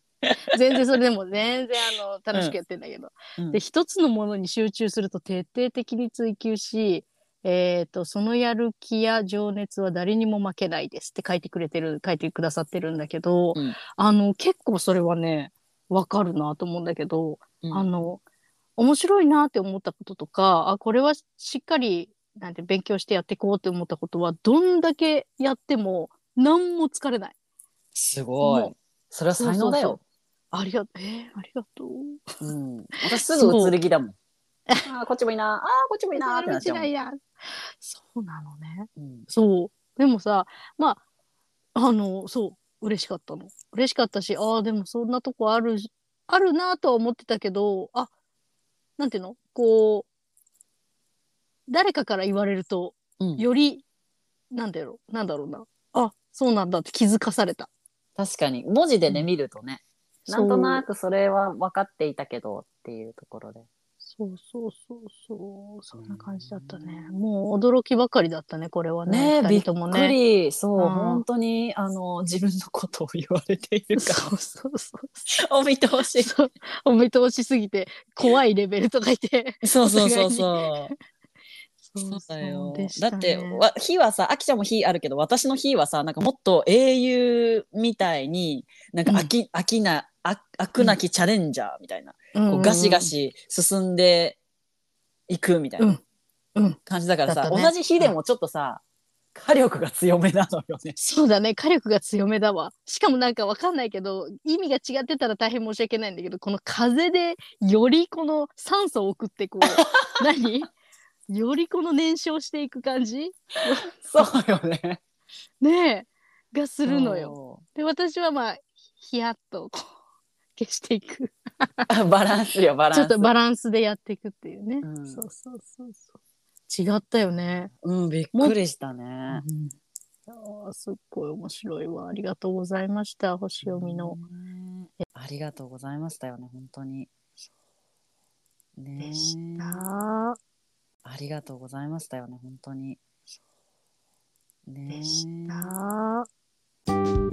Speaker 2: 全然それでも全然あの楽しくやってんだけど。
Speaker 1: うん
Speaker 2: で一つのものに集中すると徹底的に追求し、えー、とそのやる気や情熱は誰にも負けないですって書いてくれてる書いてくださってるんだけど、
Speaker 1: うん
Speaker 2: あの結構それはねわかるなと思うんだけど、
Speaker 1: うん
Speaker 2: あの面白いなって思ったこととかあこれはしっかりなんて勉強してやっていこうって思ったことはどんだけやっても何も疲れない。
Speaker 1: すご
Speaker 2: も
Speaker 1: いうそれは才能だよ
Speaker 2: ありがとう。えーありがとう。
Speaker 1: うん私すぐ移り気だもん あーこっちもいいなあーこっちもいいなーってなっちゃうもん
Speaker 2: や。そうなのね。
Speaker 1: うん
Speaker 2: そう。でもさ、まあ、あの、そう、嬉しかったの。嬉しかったし、ああ、でもそんなとこある、あるなとは思ってたけど、あ、なんていうのこう、誰かから言われると、
Speaker 1: うん
Speaker 2: より、なんだろう、なんだろうな。あ、そうなんだって気づかされた。
Speaker 1: 確かに文字でね見るとねなんとなくそれは分かっていたけどっていうところで
Speaker 2: そうそうそうそう、そんな感じだったね。もう驚きばかりだったね、これはね。
Speaker 1: ねえ
Speaker 2: 二人とも
Speaker 1: びっ
Speaker 2: ね
Speaker 1: くりそう、
Speaker 2: うん
Speaker 1: 本当にあの自分のことを言われているか
Speaker 2: そうそうそう。
Speaker 1: ら お見通し
Speaker 2: そうお見通しすぎて怖いレベルとか言って
Speaker 1: そう
Speaker 2: そうそう
Speaker 1: そう
Speaker 2: そう
Speaker 1: だよ
Speaker 2: でし
Speaker 1: だ
Speaker 2: たね
Speaker 1: ってわ火はさあきちゃんも火あるけど私の火はさなんかもっと英雄みたいになんか飽き,、飽きな飽飽くなきチャレンジャーみたいな、こうガシガシ進んでいくみたいな
Speaker 2: うんうん
Speaker 1: 感じだからさ、
Speaker 2: だったね
Speaker 1: 同じ火でもちょっとさ、火力が強めなのよね。
Speaker 2: そうだね火力が強めだわしかもなんかわかんないけど意味が違ってたら大変申し訳ないんだけどこの風でよりこの酸素を送ってこ う何よりこの燃焼していく感じ
Speaker 1: そうよね。
Speaker 2: ねえがするのよ
Speaker 1: よ。
Speaker 2: で私はまあヒヤッとこう消していく
Speaker 1: あバランスよバラン
Speaker 2: ち
Speaker 1: ス。
Speaker 2: ょっとバランスでやっていくっていうね、
Speaker 1: うん
Speaker 2: そうそうそうそう違ったよね
Speaker 1: うんびっくりしたね。
Speaker 2: うんいやーすっごい面白いわ。ありがとうございました。星読みの。
Speaker 1: ねありがとうございましたよね本当に。ね
Speaker 2: でした。
Speaker 1: ありがとうございましたよね本当に。ね
Speaker 2: でした。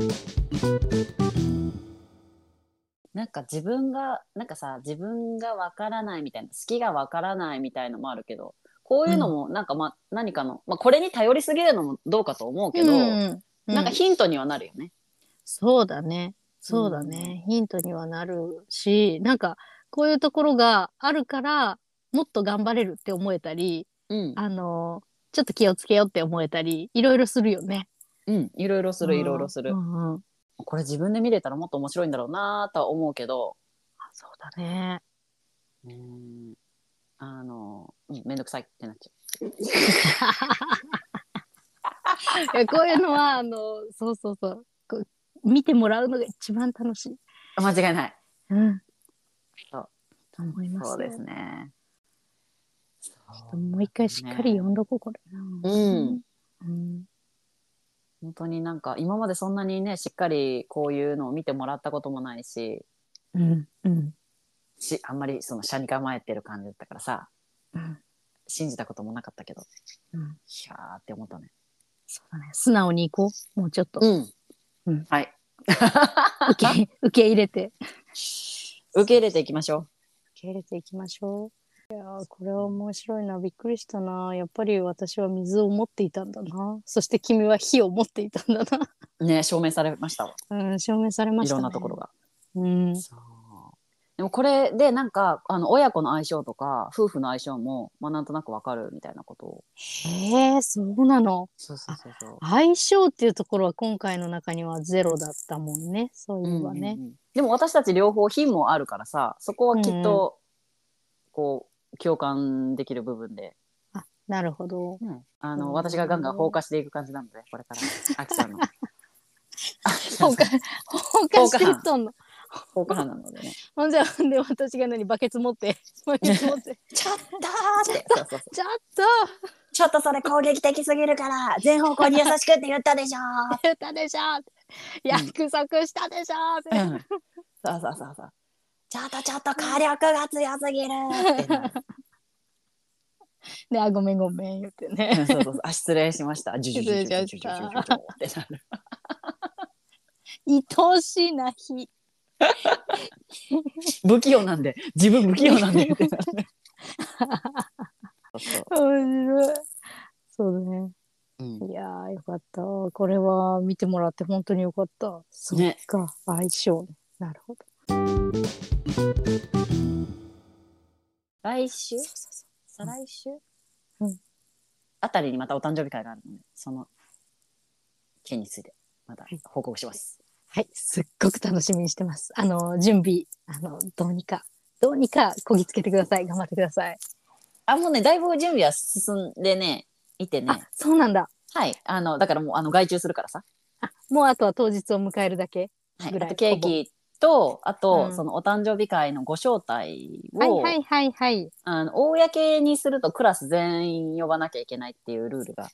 Speaker 1: なんか自分がなんかさ自分がわからないみたいな好きがわからないみたいのもあるけどこういうのもなんか、まあ何かの、まあ、これに頼りすぎるのもどうかと思うけど、
Speaker 2: うん
Speaker 1: なんかヒントにはなるよね。
Speaker 2: そうだね。そうだね。ヒントにはなるし、なんかこういうところがあるから、もっと頑張れるって思えたり、
Speaker 1: うん、
Speaker 2: あのーちょっと気をつけようって思えたり、いろいろするよね。
Speaker 1: うん、いろいろするいろいろする、
Speaker 2: うんうん
Speaker 1: これ自分で見れたらもっと面白いんだろうなとは思うけど、
Speaker 2: あそうだ ね。
Speaker 1: うん、あの、うん、めんどくさいってなっちゃ
Speaker 2: いやこういうのは、あのーそうそうそうこう。見てもらうのが一番楽しい。
Speaker 1: う。間違いない。
Speaker 2: うん。
Speaker 1: そう
Speaker 2: と思います。
Speaker 1: そうです。ね。そう
Speaker 2: もう一回しっかり読んどこう、これ。
Speaker 1: うん。
Speaker 2: うん。
Speaker 1: 本当になんか今までそんなにねしっかりこういうのを見てもらったこともないし
Speaker 2: うん。うん。
Speaker 1: しあんまりその車に構えてる感じだったからさ
Speaker 2: うん。
Speaker 1: 信じたこともなかったけど
Speaker 2: うん。
Speaker 1: ひゃーって思ったね。
Speaker 2: そうだね。素直に行こう。もうちょっと。
Speaker 1: うん、
Speaker 2: うん
Speaker 1: はい。
Speaker 2: 受け、 受け入れて。
Speaker 1: 受け入れていきましょ
Speaker 2: 受け入れていきましょう。いやーこれは面白いな。びっくりしたな。やっぱり私は水を持っていたんだな。そして君は火を持っていたんだ
Speaker 1: う。ね証明されましたわ
Speaker 2: な。 うん。証明されま
Speaker 1: い
Speaker 2: した、
Speaker 1: ろ
Speaker 2: ね。
Speaker 1: んなところ。が。
Speaker 2: うん。
Speaker 1: そうでもこれでなんかあの親子の相性とか夫婦の相性も、まあ、なんとなくわかるみたいなことを
Speaker 2: へえ、そうなの。
Speaker 1: そうそうそうそう
Speaker 2: 相性っていうところは今回の中にはゼロだったもんね。そういえば
Speaker 1: う。
Speaker 2: ね
Speaker 1: んうんうんでも私たち両方品もあるからさそこはきっと、こう共感できる部分で
Speaker 2: なるほど。
Speaker 1: あ
Speaker 2: うん
Speaker 1: の、私がガンガン放火していく感じなので、これから、あきさ んの。
Speaker 2: 放火、放火していっとんの。
Speaker 1: 放火犯なのでね。
Speaker 2: ほんじゃ、ほんで、私が何、バケツ持って、バケツ持 って、
Speaker 3: ちょっとーって。
Speaker 1: そうそうそう
Speaker 2: ちょっと
Speaker 3: ちょっとそれ攻撃的すぎるから、全方向に優しくって言ったでしょ
Speaker 2: 言ったでしょ約束したでしょ、
Speaker 1: うんそうそう そうそう。
Speaker 3: ちょっとちょっと火力が強 すぎる。
Speaker 1: ってなる
Speaker 2: で、あ、ごめんごめん、言って
Speaker 1: うん
Speaker 2: ね。
Speaker 1: そうそうそう。あ、失礼しました。ジュジュジュジュジュジュジュジュジュジュってなる。
Speaker 2: 愛しいな日。
Speaker 1: 不器用なんで自分不器用なんでってなるそうそう
Speaker 2: 面白い。そうだね。
Speaker 1: うん
Speaker 2: いやー、よかった。これは見てもらって本当によかった。そっ
Speaker 1: ね
Speaker 2: か、相性。なるほど。
Speaker 1: 来週
Speaker 2: そうそうそう
Speaker 1: 再来週、
Speaker 2: うん
Speaker 1: あたりにまたお誕生日会があるのでその件についてまた報告します、
Speaker 2: はい、すっごく楽しみにしてます。あの、準備、あの、どうにか、どうにかこぎつけてください。頑張ってください。
Speaker 1: あもうねだいぶ準備は進んでねいて
Speaker 2: あ
Speaker 1: ね、
Speaker 2: そうなんだ。
Speaker 1: はいあのだからもうあの外注するからさ、
Speaker 2: もうあとは当日を迎えるだけ。
Speaker 1: はい、
Speaker 2: ぐら
Speaker 1: あ
Speaker 2: い
Speaker 1: とケーキとあと、
Speaker 2: うん
Speaker 1: そのお誕生日会のご招待を、
Speaker 2: はいはいはいはい。
Speaker 1: あの公にするとクラス全員呼ばなきゃいけないっていうルールが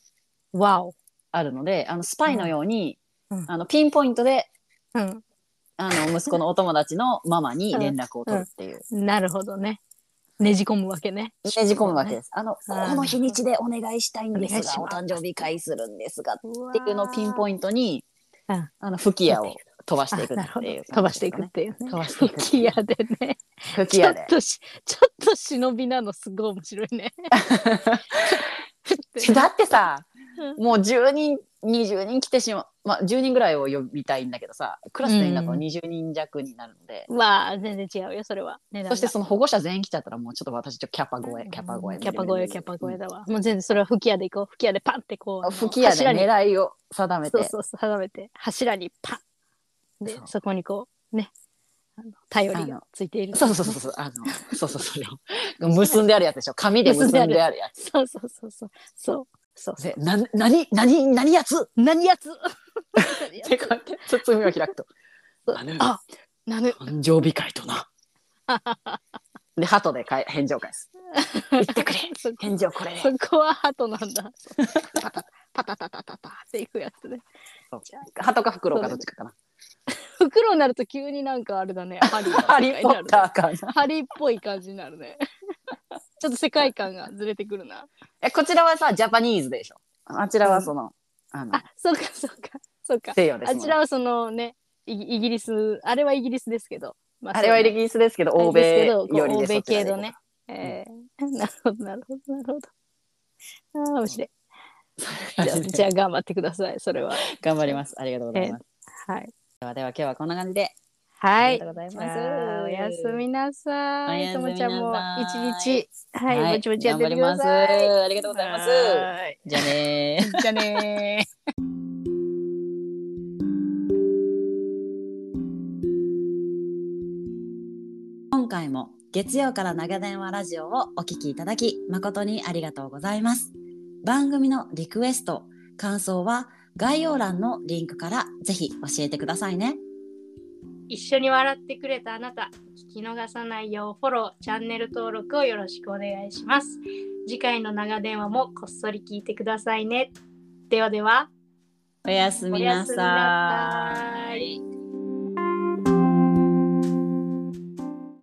Speaker 2: わお。
Speaker 1: あるのであのスパイのように、
Speaker 2: うんうん
Speaker 1: あのピンポイントで
Speaker 2: うん。
Speaker 1: あの息子のお友達のママに連絡を取るっていう、
Speaker 2: なるほどね。ねじ込むわけね。
Speaker 1: ねじ込むわけです。あの、
Speaker 2: うん
Speaker 1: この日にちでお願いしたいんで
Speaker 2: お願
Speaker 1: す
Speaker 2: いし
Speaker 1: が、お
Speaker 2: ます
Speaker 1: 誕生日会するんですが、っ
Speaker 2: って
Speaker 1: いうのをピンポ
Speaker 2: イン
Speaker 1: イントに、
Speaker 2: うん
Speaker 1: あの、吹き矢を飛ばしていくって
Speaker 2: なるほど
Speaker 1: いう、
Speaker 2: 飛ばしていくっていうね。
Speaker 1: 飛ばしていく
Speaker 2: 吹き矢でね。
Speaker 1: 吹き
Speaker 2: ちょ
Speaker 1: 矢
Speaker 2: っ
Speaker 1: で。
Speaker 2: とし、ちょっと忍びなのすごい面白いね。ふって
Speaker 1: だってさ
Speaker 2: う、
Speaker 1: もう10人、20人来てしまう。まあ、10人ぐらいを呼びたいんだけどさ、クラス全員だと
Speaker 2: うん
Speaker 1: 20人弱になるので、
Speaker 2: まあ、全然違うよ、それは。値段が
Speaker 1: そしてその保護者全員来ちゃったら、もうちょっと私、ちょっとキャパ超え、キャパ超え。
Speaker 2: キャパ超え、キャパ超えだわ。もう全然それは吹き矢でいこう。吹き矢でパンってこう。
Speaker 1: 吹き矢で
Speaker 2: 柱に
Speaker 1: 狙いを定めて
Speaker 2: そうそうそう、定めて、柱にパンで
Speaker 1: そ、う
Speaker 2: そこにこう、ね、あの頼
Speaker 1: あ
Speaker 2: りが
Speaker 1: の
Speaker 2: ついている。
Speaker 1: そうそうそうそうあのそうそうそれを結んであるやつでしょ紙で結んであるやつ
Speaker 2: そうそうそうそう。そうそうそう。
Speaker 1: でな何何何やつっ
Speaker 2: 何やつ
Speaker 1: て書いて包みを開くとあ
Speaker 2: あなぬ。
Speaker 1: 誕生日会となで鳩でかい返事を返す言ってくれ
Speaker 2: そこ
Speaker 1: 返事をこれで
Speaker 2: そこは鳩なんだ。パタパタタタタタっていくやつね。
Speaker 1: そう鳩かフクロウかどっちかかな
Speaker 2: 袋になると急になんかあれだね。 ハリーだと
Speaker 1: ハ
Speaker 2: か
Speaker 1: リー・ポッタ
Speaker 2: になるね。
Speaker 1: ーかな
Speaker 2: ハリーっぽい感じになるね。ちょっと世界観がずれてくるな。
Speaker 1: えこちらはさジャパニーズでしょあちらはその,、あの
Speaker 2: あ、そうかそうかそうか。
Speaker 1: 西洋です
Speaker 2: あ
Speaker 1: もん
Speaker 2: ちらはそのね、イギイギリス、あれはイギリスですけど。ま
Speaker 1: あれはイ
Speaker 2: リ
Speaker 1: ギリスですけど欧
Speaker 2: あ
Speaker 1: 米
Speaker 2: れです
Speaker 1: よ
Speaker 2: けど
Speaker 1: り
Speaker 2: こう
Speaker 1: でそ
Speaker 2: 欧米
Speaker 1: ちら
Speaker 2: 系
Speaker 1: で
Speaker 2: の ね。えー、な るほど、なるほど、なるほど。ああ、面白い。じゃあ、じゃあ頑張ってください、それは。
Speaker 1: 頑張りますありがとうございます、
Speaker 2: はい。
Speaker 1: ではでは今日はこんな感じで
Speaker 2: は
Speaker 1: あり
Speaker 2: い
Speaker 1: が。とうござい
Speaker 2: じ
Speaker 1: ます。
Speaker 2: ゃあおやす。みなさ
Speaker 1: おや
Speaker 2: い。
Speaker 1: す
Speaker 2: と
Speaker 1: み
Speaker 2: も
Speaker 1: なさい
Speaker 2: ちゃんも一日、は、
Speaker 1: はいい
Speaker 2: ぼちぼちやってってくださ
Speaker 1: 頑張
Speaker 2: い。
Speaker 1: りますありがとうございます
Speaker 2: は
Speaker 1: じゃあねー。
Speaker 2: いじゃあねー。
Speaker 3: 今回も月曜から長電話ラジオをお聞きいただき誠にありがとうございます。番組のリクエスト、感想は概要欄のリンクからぜひ教えてくださいね。
Speaker 2: 一緒に笑ってくれたあなた聞き逃さないようフォローチャンネル登録をよろしくお願いします次回の長電話もこっそり聞いてくださいねではでは
Speaker 3: おやす
Speaker 2: お
Speaker 3: み
Speaker 2: や
Speaker 3: な
Speaker 2: すみ
Speaker 3: さ。
Speaker 2: ないさい